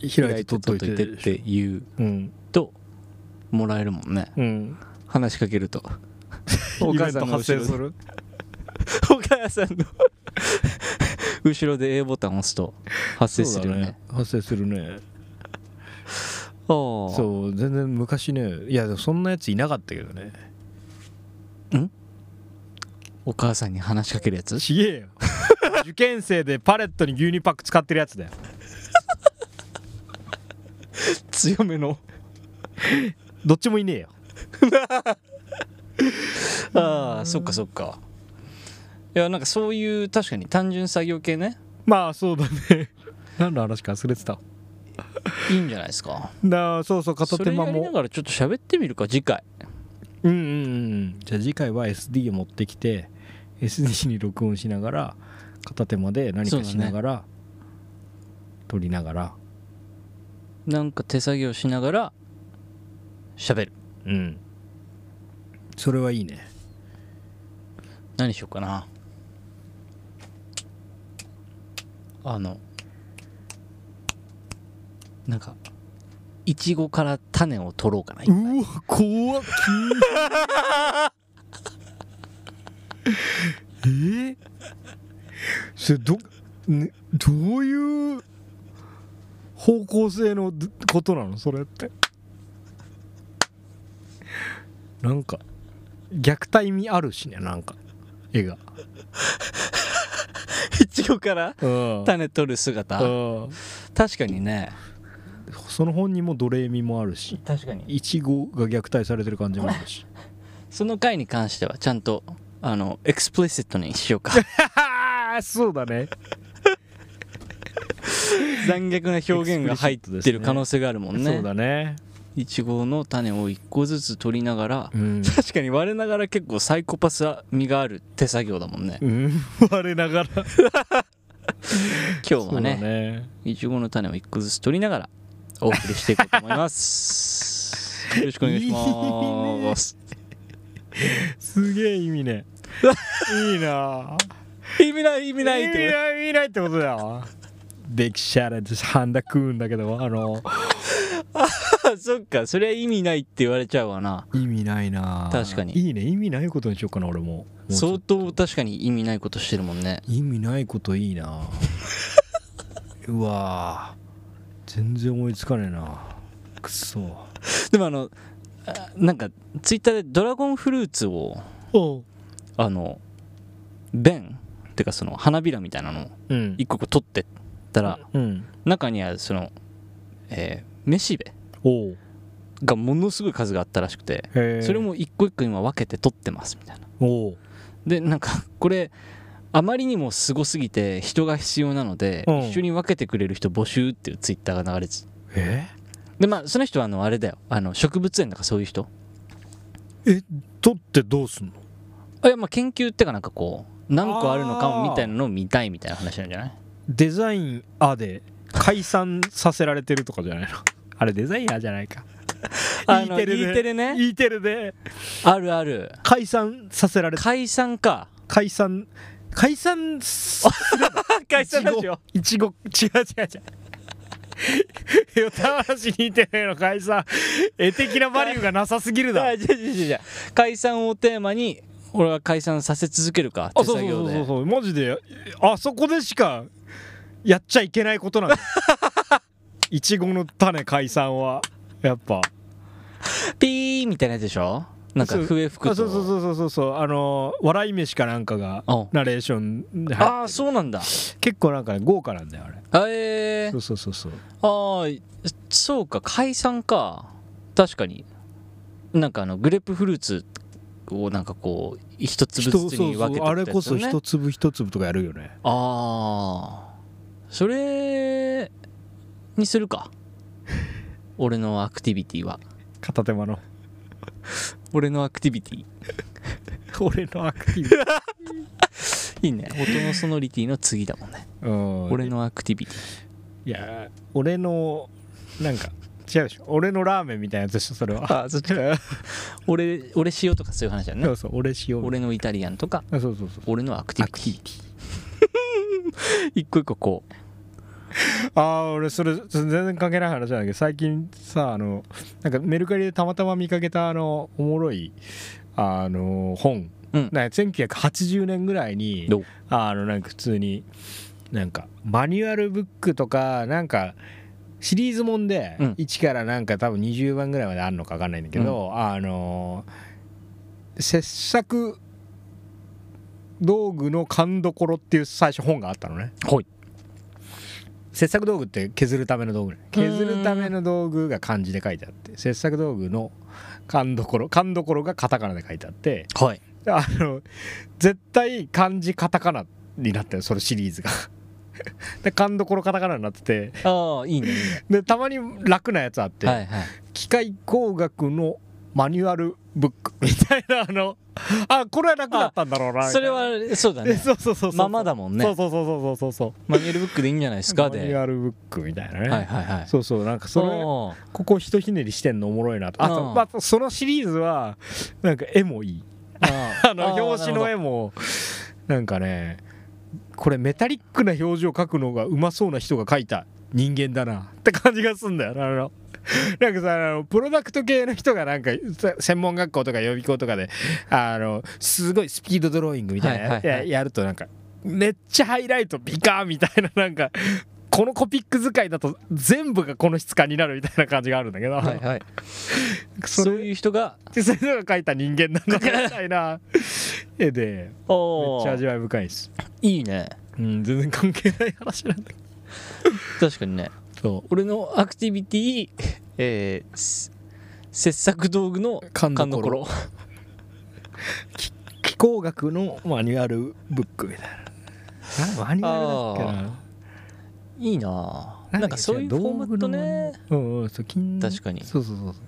S6: 開いて取っとい
S4: 開
S6: て
S4: いて取っといてって言う
S6: うん
S4: ともらえるもんね
S6: うん
S4: 話しかけるとお母さんの
S6: 発
S4: 後ろ
S6: 生
S4: です
S6: る
S4: お母さんの 後ろで A ボタンを押すと発生するよね
S6: 発生するね
S4: ああ
S6: そう全然昔ねいやでもそんなやついなかったけどね
S4: お母さんに話しかけるやつ
S6: ちげえよ 受験生でパレットに牛乳パック使ってるやつだよ
S4: 強めの
S6: どっちもいねえよ
S4: ああそっかそっかいやなんかそういう確かに単純作業系ね
S6: まあそうだね何の話か忘れてた
S4: いいんじゃないですか
S6: なあそうそう片
S4: そ
S6: 手
S4: れ
S6: 間
S4: やりな
S6: も
S4: がらちょっと喋ってみるか次回
S6: うんうんうんじゃあ次回は SD を持ってきて SD に録音しながら片手間で何
S4: そう
S6: か
S4: だね
S6: しながら、撮りながら
S4: なんか手作業しながら喋る
S6: うんそれはいいね
S4: 何しようかなあのなんかいちごから種を取ろう かないう
S6: わ怖っ急にえーそれど、ね、どういう方向性のどことなのそれってなんか虐待味あるしねなんか絵が
S4: ちごから
S6: うん
S4: 種取る姿
S6: うん
S4: 確かにね
S6: その本にも奴隷味もあるし
S4: 確かに
S6: いちごが虐待されてる感じもあるし
S4: その回に関してはちゃんとあのエクスプレシットにしようか
S6: ああ そうだね
S4: 残虐な表現が入 ってる可能性があるもん
S6: そ
S4: ね
S6: うだね
S4: いちごの種を一個ずつ取りながら、
S6: うん
S4: 確かに我ながら結構サイコパス味がある手作業だもん ね
S6: うん、 我ながら
S4: 今日はね
S6: ね
S4: いちごの種を一個ずつ取りながらお送りしていこうと思います よろしくお願いします
S6: すげえ意味ねいいな
S4: 意味ない意味
S6: 意
S4: ないっ
S6: 味
S4: て
S6: ない意味ないってことだよビッグシャレですハンダクーンだけどあの
S4: ことそっかそれは意味ないって言われちゃうわな
S6: 意味ないな
S4: 確かに
S6: いいね意味ないことにしようかな俺ももうちょ
S4: 相当確かに意味ないことしてるもんね
S6: 意味ないこといいな うわ全然思いつかねえなくそ
S4: でもあのあなんかツイッターでドラゴンフルーツを
S6: おう
S4: あの弁ってかその花びらみたいなのを
S6: うん
S4: 一個一個取ってったら
S6: うん
S4: 中にはそのえーめしべ
S6: おう
S4: がものすごい数があったらしくて
S6: へえ
S4: それも一個一個今分けて取ってますみたいな
S6: おう
S4: でなんかこれあまりにもすごすぎて人が必要なので
S6: うん
S4: 一緒に分けてくれる人募集っていうツイッターが流れてて
S6: え
S4: でまあその人はあのあれだよあの植物園とかそういう人
S6: え取ってどうすんの
S4: あいやまあ研究ってかなんかこう何個あるのか
S6: あー
S4: みたいなのを見たいみたいな話なんじゃない
S6: デザイン「あ」で解散させられてるとかじゃないの あれデザイン「あ」じゃないか
S4: あの
S6: E テレで
S4: E テレね
S6: E テレで
S4: あるある
S6: 解散させられ
S4: 解散か
S6: 解散解散す
S4: 解
S6: 散ラジ
S4: よ
S6: いちご違う違う違う 与田原市にいての解散絵的なバリューがなさすぎる
S4: う
S6: だ
S4: だじゃじゃじゃ解散をテーマに俺は解散させ続けるか手作業で
S6: そうマジであそこでしかやっちゃいけないこ となんだいちごの種解散はやっぱ
S4: ピーみたいなやつでしょなんか
S6: そう
S4: 笛吹くと
S6: あそうそうそうそうそうそうあのー笑い飯かなんかが
S4: お
S6: ナレーションで入っ
S4: ああそうなんだ
S6: 結構なんかね豪華なんだよあれ
S4: え
S6: そうそうそうそう
S4: ー、ああそうか解散か確かになんかあのグレープフルーツをなんかこう一粒ずつに分けて
S6: あれこそ
S4: 一
S6: 一粒一粒とかやるよね
S4: ああそれにするか俺のアクティビティは
S6: 片 手間の
S4: 俺のアクティビティ
S6: 俺のアクティブ
S4: いいね音のソノリティの次だもんね
S6: うん
S4: 俺のアクティビティ
S6: いや俺のなんか違うでしょ俺のラーメンみたいなやつでしょそれは
S4: あそっち俺俺塩とかそういう話だ
S6: そ
S4: ね
S6: うそう俺塩
S4: 俺のイタリアンとか
S6: あそうそうそう
S4: 俺のアクティビティ 一個一個こう
S6: ああ俺それ全然関係ない話なんだけど最近さあのなんかメルカリでたまたま見かけたあのおもろいあの本、
S4: うん
S6: なんか1980年ぐらいに
S4: どう
S6: あのなんか普通になんかマニュアルブックとかなんかシリーズもんで
S4: うん
S6: 1からなんか多分20番ぐらいまであるのか分かんないんだけど、あの切削道具の勘どころっていう最初本があったのね
S4: はい
S6: 切削道具って削るための道具ね削るための道具が漢字で書いてあって切削道具の勘どころ勘どころがカタカナで書いてあって
S4: はい
S6: あの絶対漢字カタカナになったよそのシリーズが で勘どころカタカナになってて
S4: ああいいねいいね
S6: でたまに楽なやつあって、
S4: はいはい
S6: 機械工学のマニュアルブックみたいなあのあこれは楽だったんだろうなみたい な
S4: それはそうだ
S6: え
S4: ね
S6: そうそうそうそう
S4: ままだもんね
S6: そうそうそうそうそうそう
S4: マニュアルブックでいいんじゃないですか
S6: マニ
S4: で
S6: ュ
S4: は
S6: アルブックみたいなね、
S4: いはいはい
S6: そうそうなんかそれ
S4: おー
S6: ここひとひねりしてんのおもろいなとあと、
S4: うん
S6: まあ、そのシリーズはなんか絵もいい
S4: あー
S6: あの
S4: あー
S6: 表紙の絵もなんかねこれメタリックな表情を描くのがうまそうな人が描いた人間だなって感じがすんだよなあの なんかさあのプロダクト系の人がなんかさ専門学校とか予備校とかであのすごいスピードドローイングみたいな、
S4: はいはいはい
S6: ややるとなんかめっちゃハイライトビカーみたいななんかこのコピック使いだと全部がこの質感になるみたいな感じがあるんだけど、
S4: はいはい
S6: そ
S4: そ
S6: れ
S4: ういう人が
S6: でそれのが描いた人間なんだなみたいな絵でめ
S4: お
S6: っちゃ味
S4: ー
S6: わい深いです
S4: いいね
S6: うん全然関係ない話なんだけ
S4: 確かにね
S6: ど
S4: 俺のアクティビティ えーす切削道具の
S6: 勘ど
S4: 勘
S6: こ
S4: ど
S6: ろ
S4: ころ
S6: 気候学のマニュアルブックみたいななマニュアルだっけない
S4: いなあ
S6: な
S4: なんん
S6: だっけ
S4: かそういうフ
S6: 道具
S4: ォ
S6: の
S4: ーマットね
S6: うんうんそう金
S4: 確かに
S6: そうそうそうそ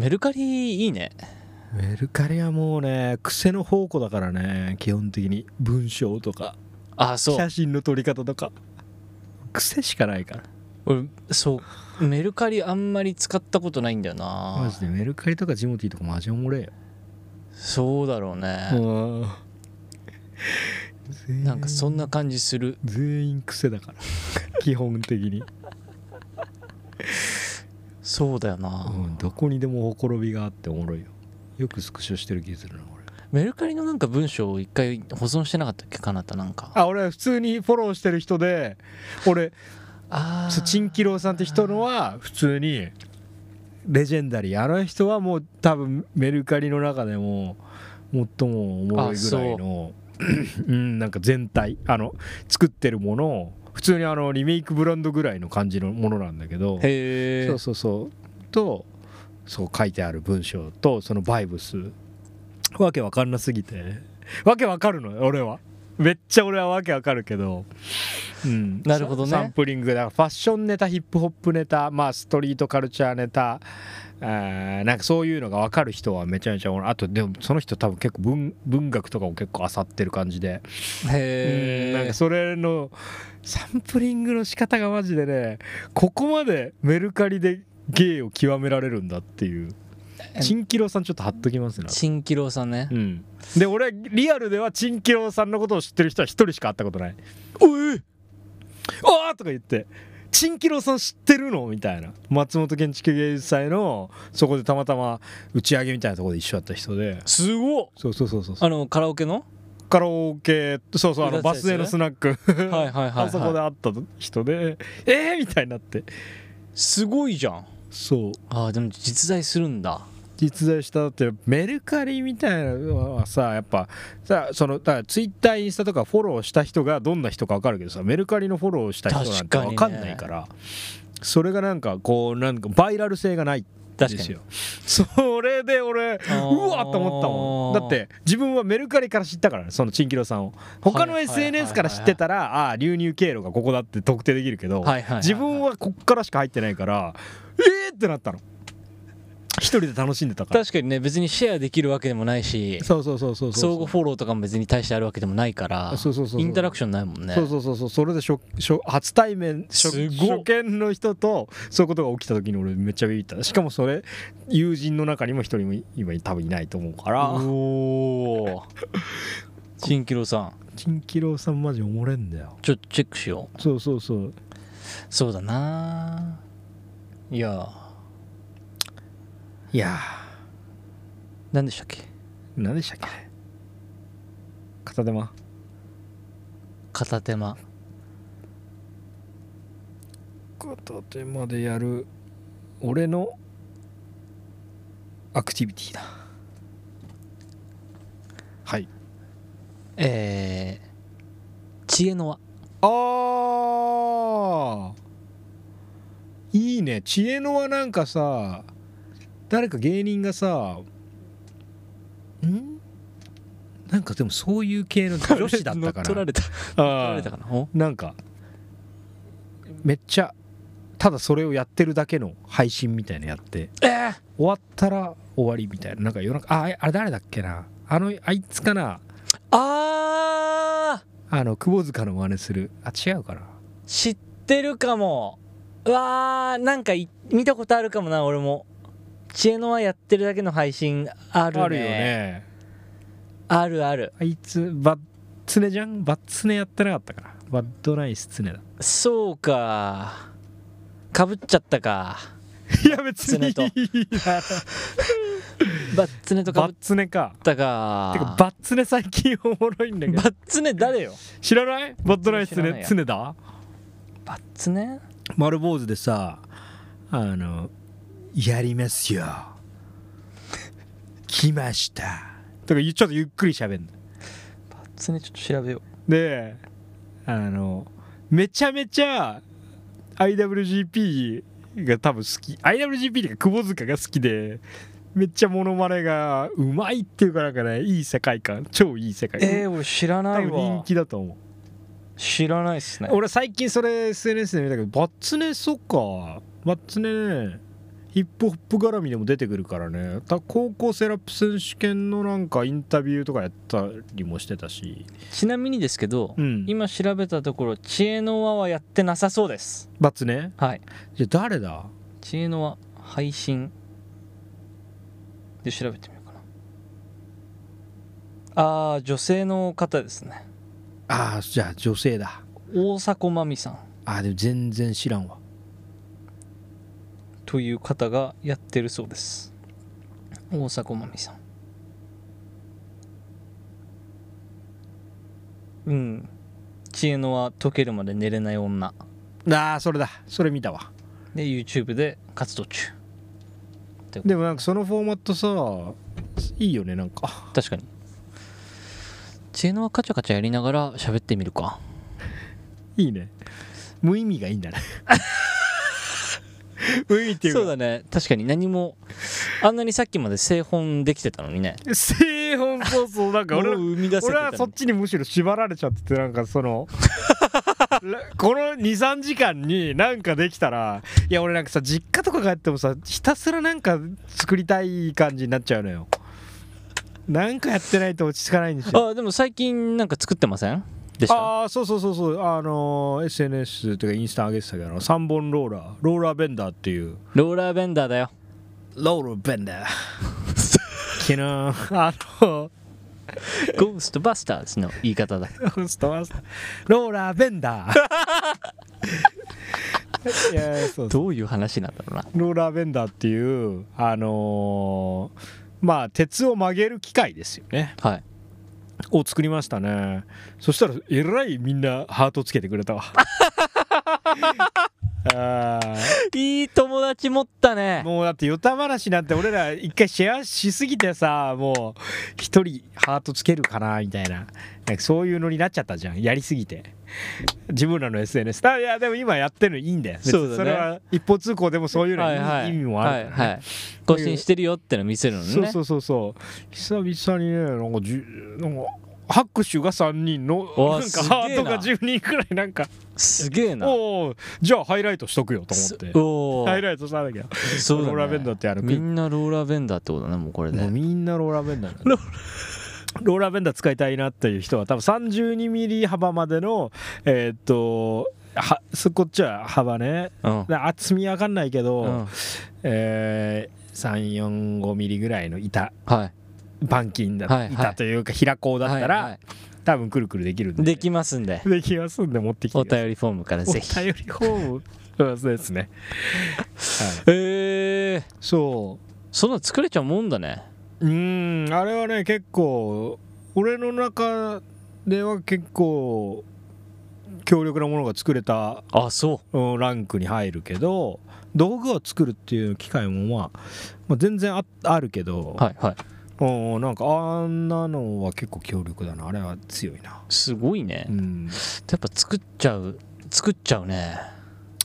S4: メルカリいいね
S6: うメルカリはもうね癖の宝庫だからね基本的に文章とか
S4: あそう
S6: 写真の撮り方とか癖しかないから
S4: 俺そうメルカリあんまり使ったことないんだよ
S6: マ
S4: な
S6: ジでメルカリとかジモティーとかマジおもれえよ
S4: そうだろうね
S6: うん
S4: なんかそんな感じする
S6: 全員癖だから 基本的に、
S4: そうだよな、
S6: うん、どこにでもほころびがあっておもろいよよくスクショしてる気するな俺
S4: メルカリのなんか文章を一回保存してなかったっけかなたなんか
S6: あ俺は普通にフォローしてる人で俺
S4: あ
S6: そう陳喜郎さんって人のは普通にレジェンダリーあの人はもう多分メルカリの中でも最もおもろいぐらいのうんなんか全体あの作ってるものを普通にあのリメイクブランドぐらいの感じのものなんだけど
S4: へ
S6: そ
S4: え
S6: うそうそうとそう書いてある文章とそのバイブスわけわかんなすぎてわけわかるのよ俺はめっちゃ俺はわけわかるけど、うん、
S4: なるほどね
S6: ササンプリングだからファッションネタヒップホップネタまあストリートカルチャーネタあーなんかそういうのがわかる人はめちゃめちゃおもろいあとでもその人多分結構文文学とかも結構漁ってる感じでうんなん
S4: へ
S6: かそれのサンプリングの仕方がマジでねここまでメルカリで芸を極められるんだっていうチンキローさんちょっと貼っときますな、
S4: 陳喜郎さんね
S6: うん、で俺リアルではチンキローさんのことを知ってる人は一人しか会ったことない「おいあーとか言って「チンキローさん知ってるの?」みたいな松本建築芸術祭のそこでたまたま打ち上げみたいなところで一緒だった人です
S4: ごっ
S6: そうそうそうそうそう
S4: あのカラオケの
S6: カラオケそうそうあのバスへのスナック
S4: はいはいはい、はい、
S6: あそこで会った人で「えー!」みたいになって
S4: すごいじゃん
S6: そう
S4: あーでも実在するんだ
S6: 実在したってメルカリみたいなのはさやっぱさそのだからツイッターインスタとかフォローした人がどんな人か分かるけどさメルカリのフォローした人なん
S4: 確
S6: て
S4: かに
S6: 分
S4: ね
S6: かんないからそれがなんかこうなんかバイラル性がない
S4: 確か
S6: です
S4: に
S6: よそれで俺うわっと思ったもんだって自分はメルカリから知ったからねそのチンキロさんを他の
S4: はいはいはいはい
S6: SNS から知ってたらああー流入経路がここだって特定できるけど、
S4: はいはいはいはい
S6: 自分はこっからしか入ってないからえーってなったの一人で楽しんでたから
S4: 確かにね別にシェアできるわけでもないし
S6: そうそうそうそうそう
S4: 相互フォローとかも別に大してあるわけでもないから
S6: そうそうそうそう
S4: インタラクションないもんね
S6: そうそうそうそうそれで初初初対面初
S4: すごっ
S6: 初見の人とそういうことが起きた時に俺めっちゃビビったしかもそれ友人の中にも一人も今多分いないと思うから
S4: おお新キロさん
S6: チンキローさんマジおもれんだよ
S4: ちょっとチェックしよう
S6: そうそうそう
S4: そうだないや
S6: いや
S4: 何でしたっけ
S6: ー何でしたっけ片手間
S4: 片手間
S6: 片手間でやる俺のアクティビティだはい
S4: えー、知恵の輪
S6: あーいいね知恵の輪なんかさ誰か芸人がさんなんかでもそういう系の女子だった
S4: 乗
S6: か
S4: っ取ら
S6: な
S4: れた取ら
S6: あ
S4: れた
S6: ー
S4: かなお
S6: なんかめっちゃただそれをやってるだけの配信みたいなのやって
S4: えー、
S6: 終わったら終わりみたいななんか夜中あああれ誰だっけなあのあいつかな
S4: あー
S6: あの窪塚の真似するあ違うかな
S4: 知ってるかもうわーなんかい見たことあるかもな俺も知恵の輪やってるだけの配信あるね
S6: あるよね
S4: あるある
S6: あいつバッツネじゃんバッツネやってなかったからバッドナイスツネだ
S4: そうかかぶっちゃったか
S6: いや別にいい
S4: ツ
S6: な
S4: バッツネとか
S6: バ
S4: ぶっ
S6: ッツネか
S4: たか
S6: てかバッツネ最近おもろいんだけど
S4: バッツネ誰よ
S6: 知らないバッドナイスツ
S4: 知らない
S6: ネ
S4: や
S6: ツネだ
S4: バッツネ
S6: 丸坊主でさあのやります よ来ましたとかゆちょっとゆっくり喋んの
S4: バッツネちょっと調べよ
S6: であのめちゃめちゃ IWGP が多分好き IWGP っていうか窪塚が好きでめっちゃモノマネがうまいっていうかなんかねいい世界観超いい世界観、
S4: えー、俺知らな
S6: 多
S4: い
S6: 分人
S4: わ
S6: 気だと思う
S4: 知らないっすね
S6: 俺最近それ SNS で見たけどバッツネそっかバッツネねヒップホップ絡みでも出てくるからねた高校セラップ選手権のなんかインタビューとかやったりもしてたし、
S4: ちなみにですけど、
S6: うん、
S4: 今調べたところ知恵の輪はやってなさそうです
S6: バッツネ
S4: はい
S6: じゃあ誰だ
S4: 知恵の輪配信で調べてみようかなあー女性の方ですね
S6: ああじゃあ女性だ
S4: 大迫真美さん
S6: ああでも全然知らんわ
S4: という方がやってるそうです大迫真美さんうん知恵の輪解けるまで寝れない女
S6: ああそれだそれ見たわ
S4: で YouTube で活動中
S6: でもなんかそのフォーマットさいいよねなんか
S4: 確かに知恵の輪カチャカチャやりながら喋ってみるか
S6: いいね無意味がいいん だね無意味っていうか
S4: そうだね確かに何もあんなにさっきまで製本できてたのにね
S6: 製本そうそうなんか
S4: もう
S6: 俺ら
S4: 生み出せて
S6: 俺
S4: たの
S6: はそっ
S4: に
S6: ちにむしろ縛られちゃっててなんかそのこの23時間になんかできたらいや俺なんかさ実家とか帰ってもさひたすらなんか作りたい感じになっちゃうのよなんかやってないと落ち着かないんですよ
S4: あでも最近なんか作ってませんでした
S6: ああそうそうそうそうあのー SNS とかインスタ上げてたけど3本ローラーローラーベンダーっていう
S4: ローラーベンダーだよ
S6: ローラーベンダー昨日あの
S4: ゴーストバスターズの言い 方だ
S6: ローラーベンダ ーいやそうそう
S4: どういう話なんだろうな
S6: ローラーベンダーっていうあのーまあ鉄を曲げる機械ですよね
S4: はい
S6: を作りましたねそしたらえらいみんなハートつけてくれ たわあー
S4: いい友達持ったね
S6: もうだってヨタ話なんて俺ら一回シェアしすぎてさもう一人ハートつけるかなみたいななんかそういうのになっちゃったじゃんやりすぎて自分らの SNS だいやでも今やってるのいいんだよ別に
S4: そうだね
S6: れは一方通行でもそういうの
S4: はい
S6: に
S4: はい
S6: 意味もあるからね、
S4: はいはい更新してるよっての見せるのね
S6: そうそうそうそう久々にねなんかじゅなんか拍手が3人の
S4: わあ
S6: なん
S4: す
S6: か
S4: げえな
S6: ハートが10人くらいなんか
S4: すげえな
S6: おおじゃあハイライトしとくよと思って
S4: おお
S6: ハイライトしたんだけど
S4: そうだね
S6: ローラーベンダーってあの
S4: みんなローラーベンダーってことだねもうこれ
S6: もう
S4: ね
S6: みんなローラーベンダーなんだローラーベンダー使いたいなっていう人は多分32ミリ幅までのえーっとはそこっちは幅ね
S4: うん
S6: な厚みわかんないけど、
S4: うん
S6: えー、345ミリぐらいの板
S4: はい
S6: 板金だ、
S4: はいはい
S6: 板というか平こうだったら、
S4: はいは
S6: 多分くるくるできるん
S4: い
S6: で
S4: できますんで
S6: できますんで持ってきて
S4: お
S6: ください
S4: 便りフォームからぜひ
S6: お便りフォームそうですね、はい、
S4: ええ
S6: そう
S4: そんなの作れちゃうもんだね
S6: うーんあれはね結構俺の中では結構強力なものが作れた
S4: あそ
S6: うんランクに入るけど道具を作るっていう機会もまあ、まあ全然ああるけど、
S4: うはいはい
S6: おーなんかあんなのは結構強力だなあれは強いな
S4: すごいね、
S6: うん
S4: やっぱ作っちゃう作っちゃうね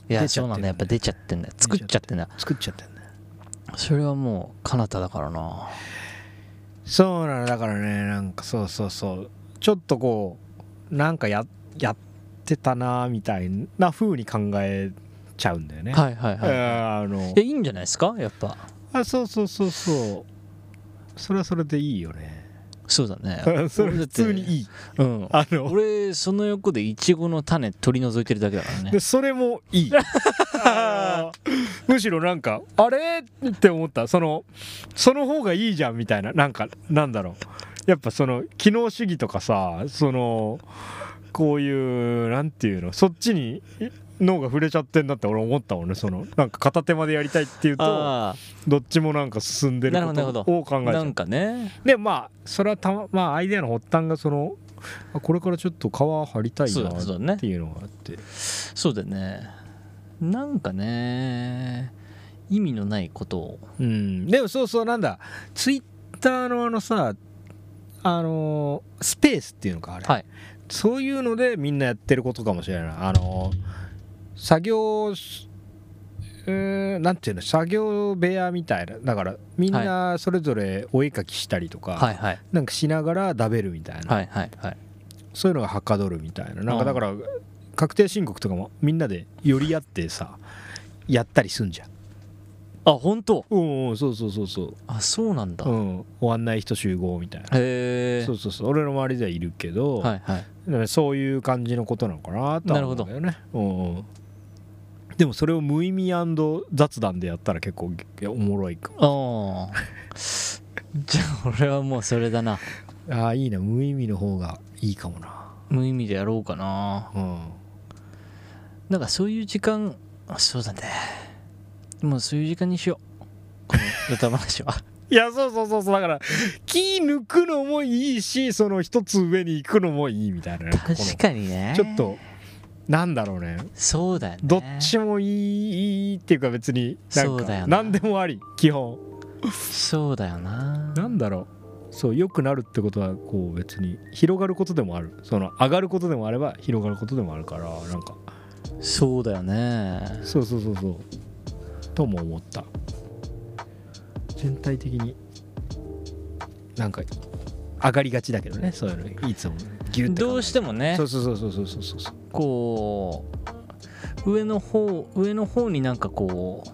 S4: いや
S6: 出ちゃ
S4: そ
S6: っ
S4: う
S6: てるね
S4: なんだやっぱ出ちゃってんだ作っちゃってんだ
S6: 作っちゃってんだ
S4: それはもう彼方だからな
S6: そうなのだからねなんかそうそうそうちょっとこうなんかややってたなみたいな風に考えちゃうんだよね
S4: はいはい
S6: え
S4: はい、
S6: ーあの
S4: えいいんじゃないですかやっぱ
S6: あそうそうそうそうそれはそれでいいよね
S4: そうだね
S6: それ普通に
S4: い、
S6: いい
S4: うん、
S6: あの
S4: 俺その横でイチゴの種取り除いてるだけだからね
S6: でそれもい いあーむしろなんかあれって思ったそのその方がいいじゃんみたいななんかなんだろうやっぱその機能主義とかさそのこういうなんていうのそっちに脳が触れちゃってんだって俺思ったもんねそのなんか片手までやりたいっていうと
S4: あ
S6: どっちもなんか進んでる
S4: なる
S6: こ
S4: ほどなるほ
S6: と
S4: ど
S6: を考
S4: あ
S6: えちゃ
S4: な
S6: うん
S4: かね
S6: でまあそれはたま、まあ、アイデアの発端がそのあこれからちょっと皮張りたい
S4: そうだねそうだ
S6: な
S4: ね
S6: っていうのがあって
S4: そうだねなんかね意味のないことを
S6: うんでもそうそうなんだツイッターのあのさあのースペースっていうのかあれ、
S4: はい
S6: そういうのでみんなやってることかもしれないあのー作業しうーんなんていうの作業部屋みたいなだからみんなそれぞれお絵描きしたりとか、
S4: はいはい
S6: なんかしながら食べるみたいな、
S4: はいはいはい
S6: そういうのがはかどるみたいななん
S4: う
S6: か
S4: ん
S6: だから確定申告とかもみんなで寄り合ってさやったりすんじゃん
S4: あ本当
S6: うんうんそうそうそうそう
S4: あそうなんだ、
S6: うん、終わんない人集合みたいな、
S4: へえ
S6: そうそうそう俺の周りではいるけど、
S4: はいはい
S6: だからそういう感じのことなのかなとは思うんだよね、うんうん、でもそれを無意味雑談でやったら結構いやおもろいか
S4: ああ じゃあ俺はもうそれだな
S6: あーいいな無意味の方がいいかもな
S4: 無意味でやろうかな
S6: うん
S4: なんかそういう時間あそうだねもうそういう時間にしようこの歌話 は
S6: いやそうそうそうそうだから気抜くのもいいしその一つ上に行くのもいいみたいななんこの
S4: 確かにね
S6: ちょっとなんだろうね
S4: そうだよね
S6: どっちもいいっていうか別になん
S4: そうだ
S6: か
S4: よな
S6: 何でもあり基本
S4: そうだよな
S6: なんだろうそう良くなるってことはこう別に広がることでもあるその上がることでもあれば広がることでもあるからなんか
S4: そうだよね
S6: そうそうそうそうとも思った全体的になんか上がりがちだけどねそういうのいつもギュッて考え
S4: どうしてもね
S6: そうそうそうそうそうそうそう
S4: こう上の方上の方になんかこう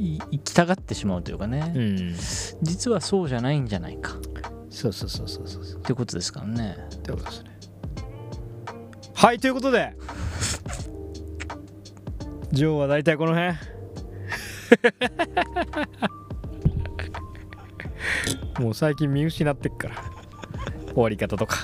S4: い行きたがってしまうというかね、
S6: うん
S4: 実はそうじゃないんじゃないかっ
S6: そうそうそうそうそうそう
S4: てことですからね
S6: ってことですねはいということでジョーは大体この 辺もう最近見失ってっから終わり方とか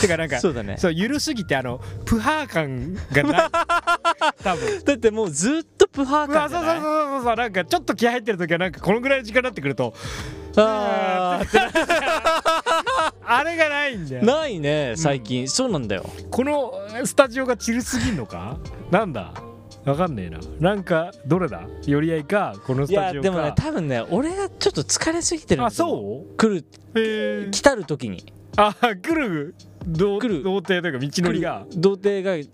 S6: てかなんか
S4: うだね
S6: そうゆるすぎてあのプハー感がない多分
S4: だってもうずっと プハー
S6: うわ
S4: 感じ
S6: そ
S4: ゃ
S6: うそう
S4: ないう
S6: そそうそうなんかちょっと気合入ってる時はなんかこのぐらいの時間になってくると
S4: あ
S6: あれがないんだよ
S4: ーないね最近、そうなんだよ
S6: このスタジオがチルすぎんのかなんだわかんねえななんかどれだ寄り合いかこのス
S4: い
S6: タ
S4: や
S6: ジオか
S4: でもね多分ね俺がちょっと疲れすぎてるんだ
S6: あ
S4: と思う
S6: そう
S4: 来る
S6: へえ
S4: 来たる時に
S6: あ来るどう
S4: 来る
S6: 童貞というか道のりが
S4: 来る童貞が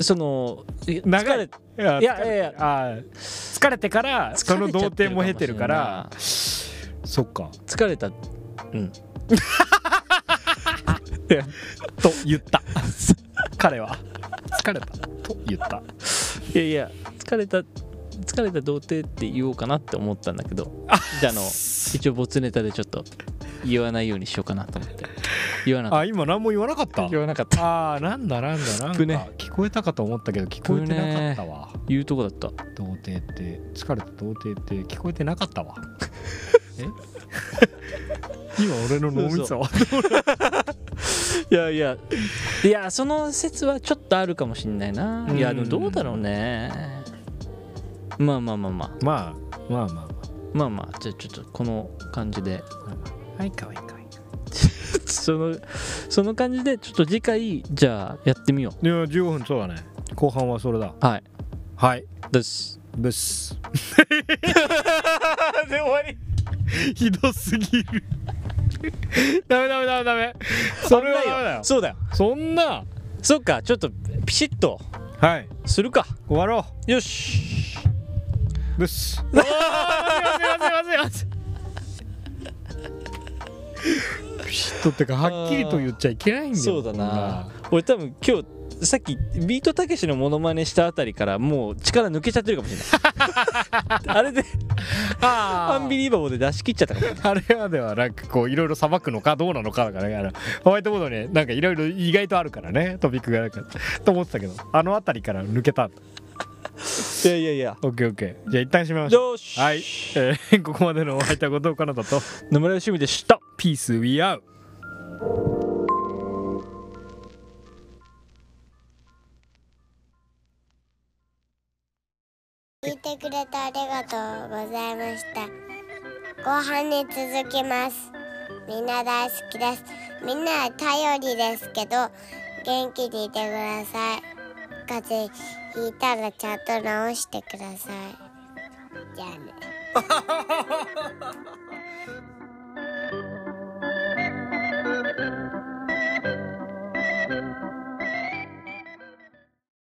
S4: その
S6: 長
S4: 疲
S6: い
S4: れ
S6: いや
S4: いやいやいや
S6: あー疲れてからその童貞も経てるからそっか
S4: 疲れたうん
S6: と言った 彼は疲れたと言った
S4: いやいや疲れた疲れた童貞って言おうかなって思ったんだけどじゃああの一応没ネタでちょっと言わないようにしようかなと思って言わなかっ
S6: あ今何も言わなかった
S4: た言わなかった
S6: あーなんだなんだなんか
S4: ぶね
S6: 聞こえたかと思ったけど聞こえてなかったわ
S4: 言うとこだった
S6: 童貞って疲れた童貞って聞こえてなかった わえ今俺の脳みそは
S4: いやいやいやその説はちょっとあるかもしんないな
S6: うん
S4: いやでもどうだろうねまあまあまあまあ
S6: まあまあまあま
S4: まあまあじゃあちょっとこの感じで
S6: あはいかわいいかわいい
S4: そのその感じでちょっと次回じゃあやってみよ
S6: いや15分そうだね後半はそれだ
S4: うはい
S6: はい
S4: です
S6: ブス で終わりひどすぎ るダメダメダメダメそれはダメだよ
S4: そうだよ
S6: そんな
S4: そっかちょっとピシッと
S6: はい
S4: するか
S6: 終わろ
S4: よし
S6: うブスピシッとってかはっきりと言っちゃいけないんだよ
S4: そうだな俺多分今日さっきビートたけしのモノマネしたあたりからもう力抜けちゃってるかもしれ ないあれでア
S6: あ
S4: ンビリーバボーで出し切っちゃったかもしれない
S6: あれはではなんかこういろいろさばくのかどうなのかだからねあのホワイトボードねなんかいろいろ意外とあるからねトピックがなんかと思ってたけどあの辺りから抜けた
S4: いやいやいや
S6: オッケーオッケーじゃあ一旦閉めましょ
S4: よし
S6: うはい、えーここまでのお相手は後藤かなだと
S4: 野村よしみでした
S6: ピースウィアウ
S7: 聞いてくれてありがとうございました後半に続きますみんな大好きですみんな頼りですけど元気にいてください風邪ひいたらちゃんと治してくださいじゃあね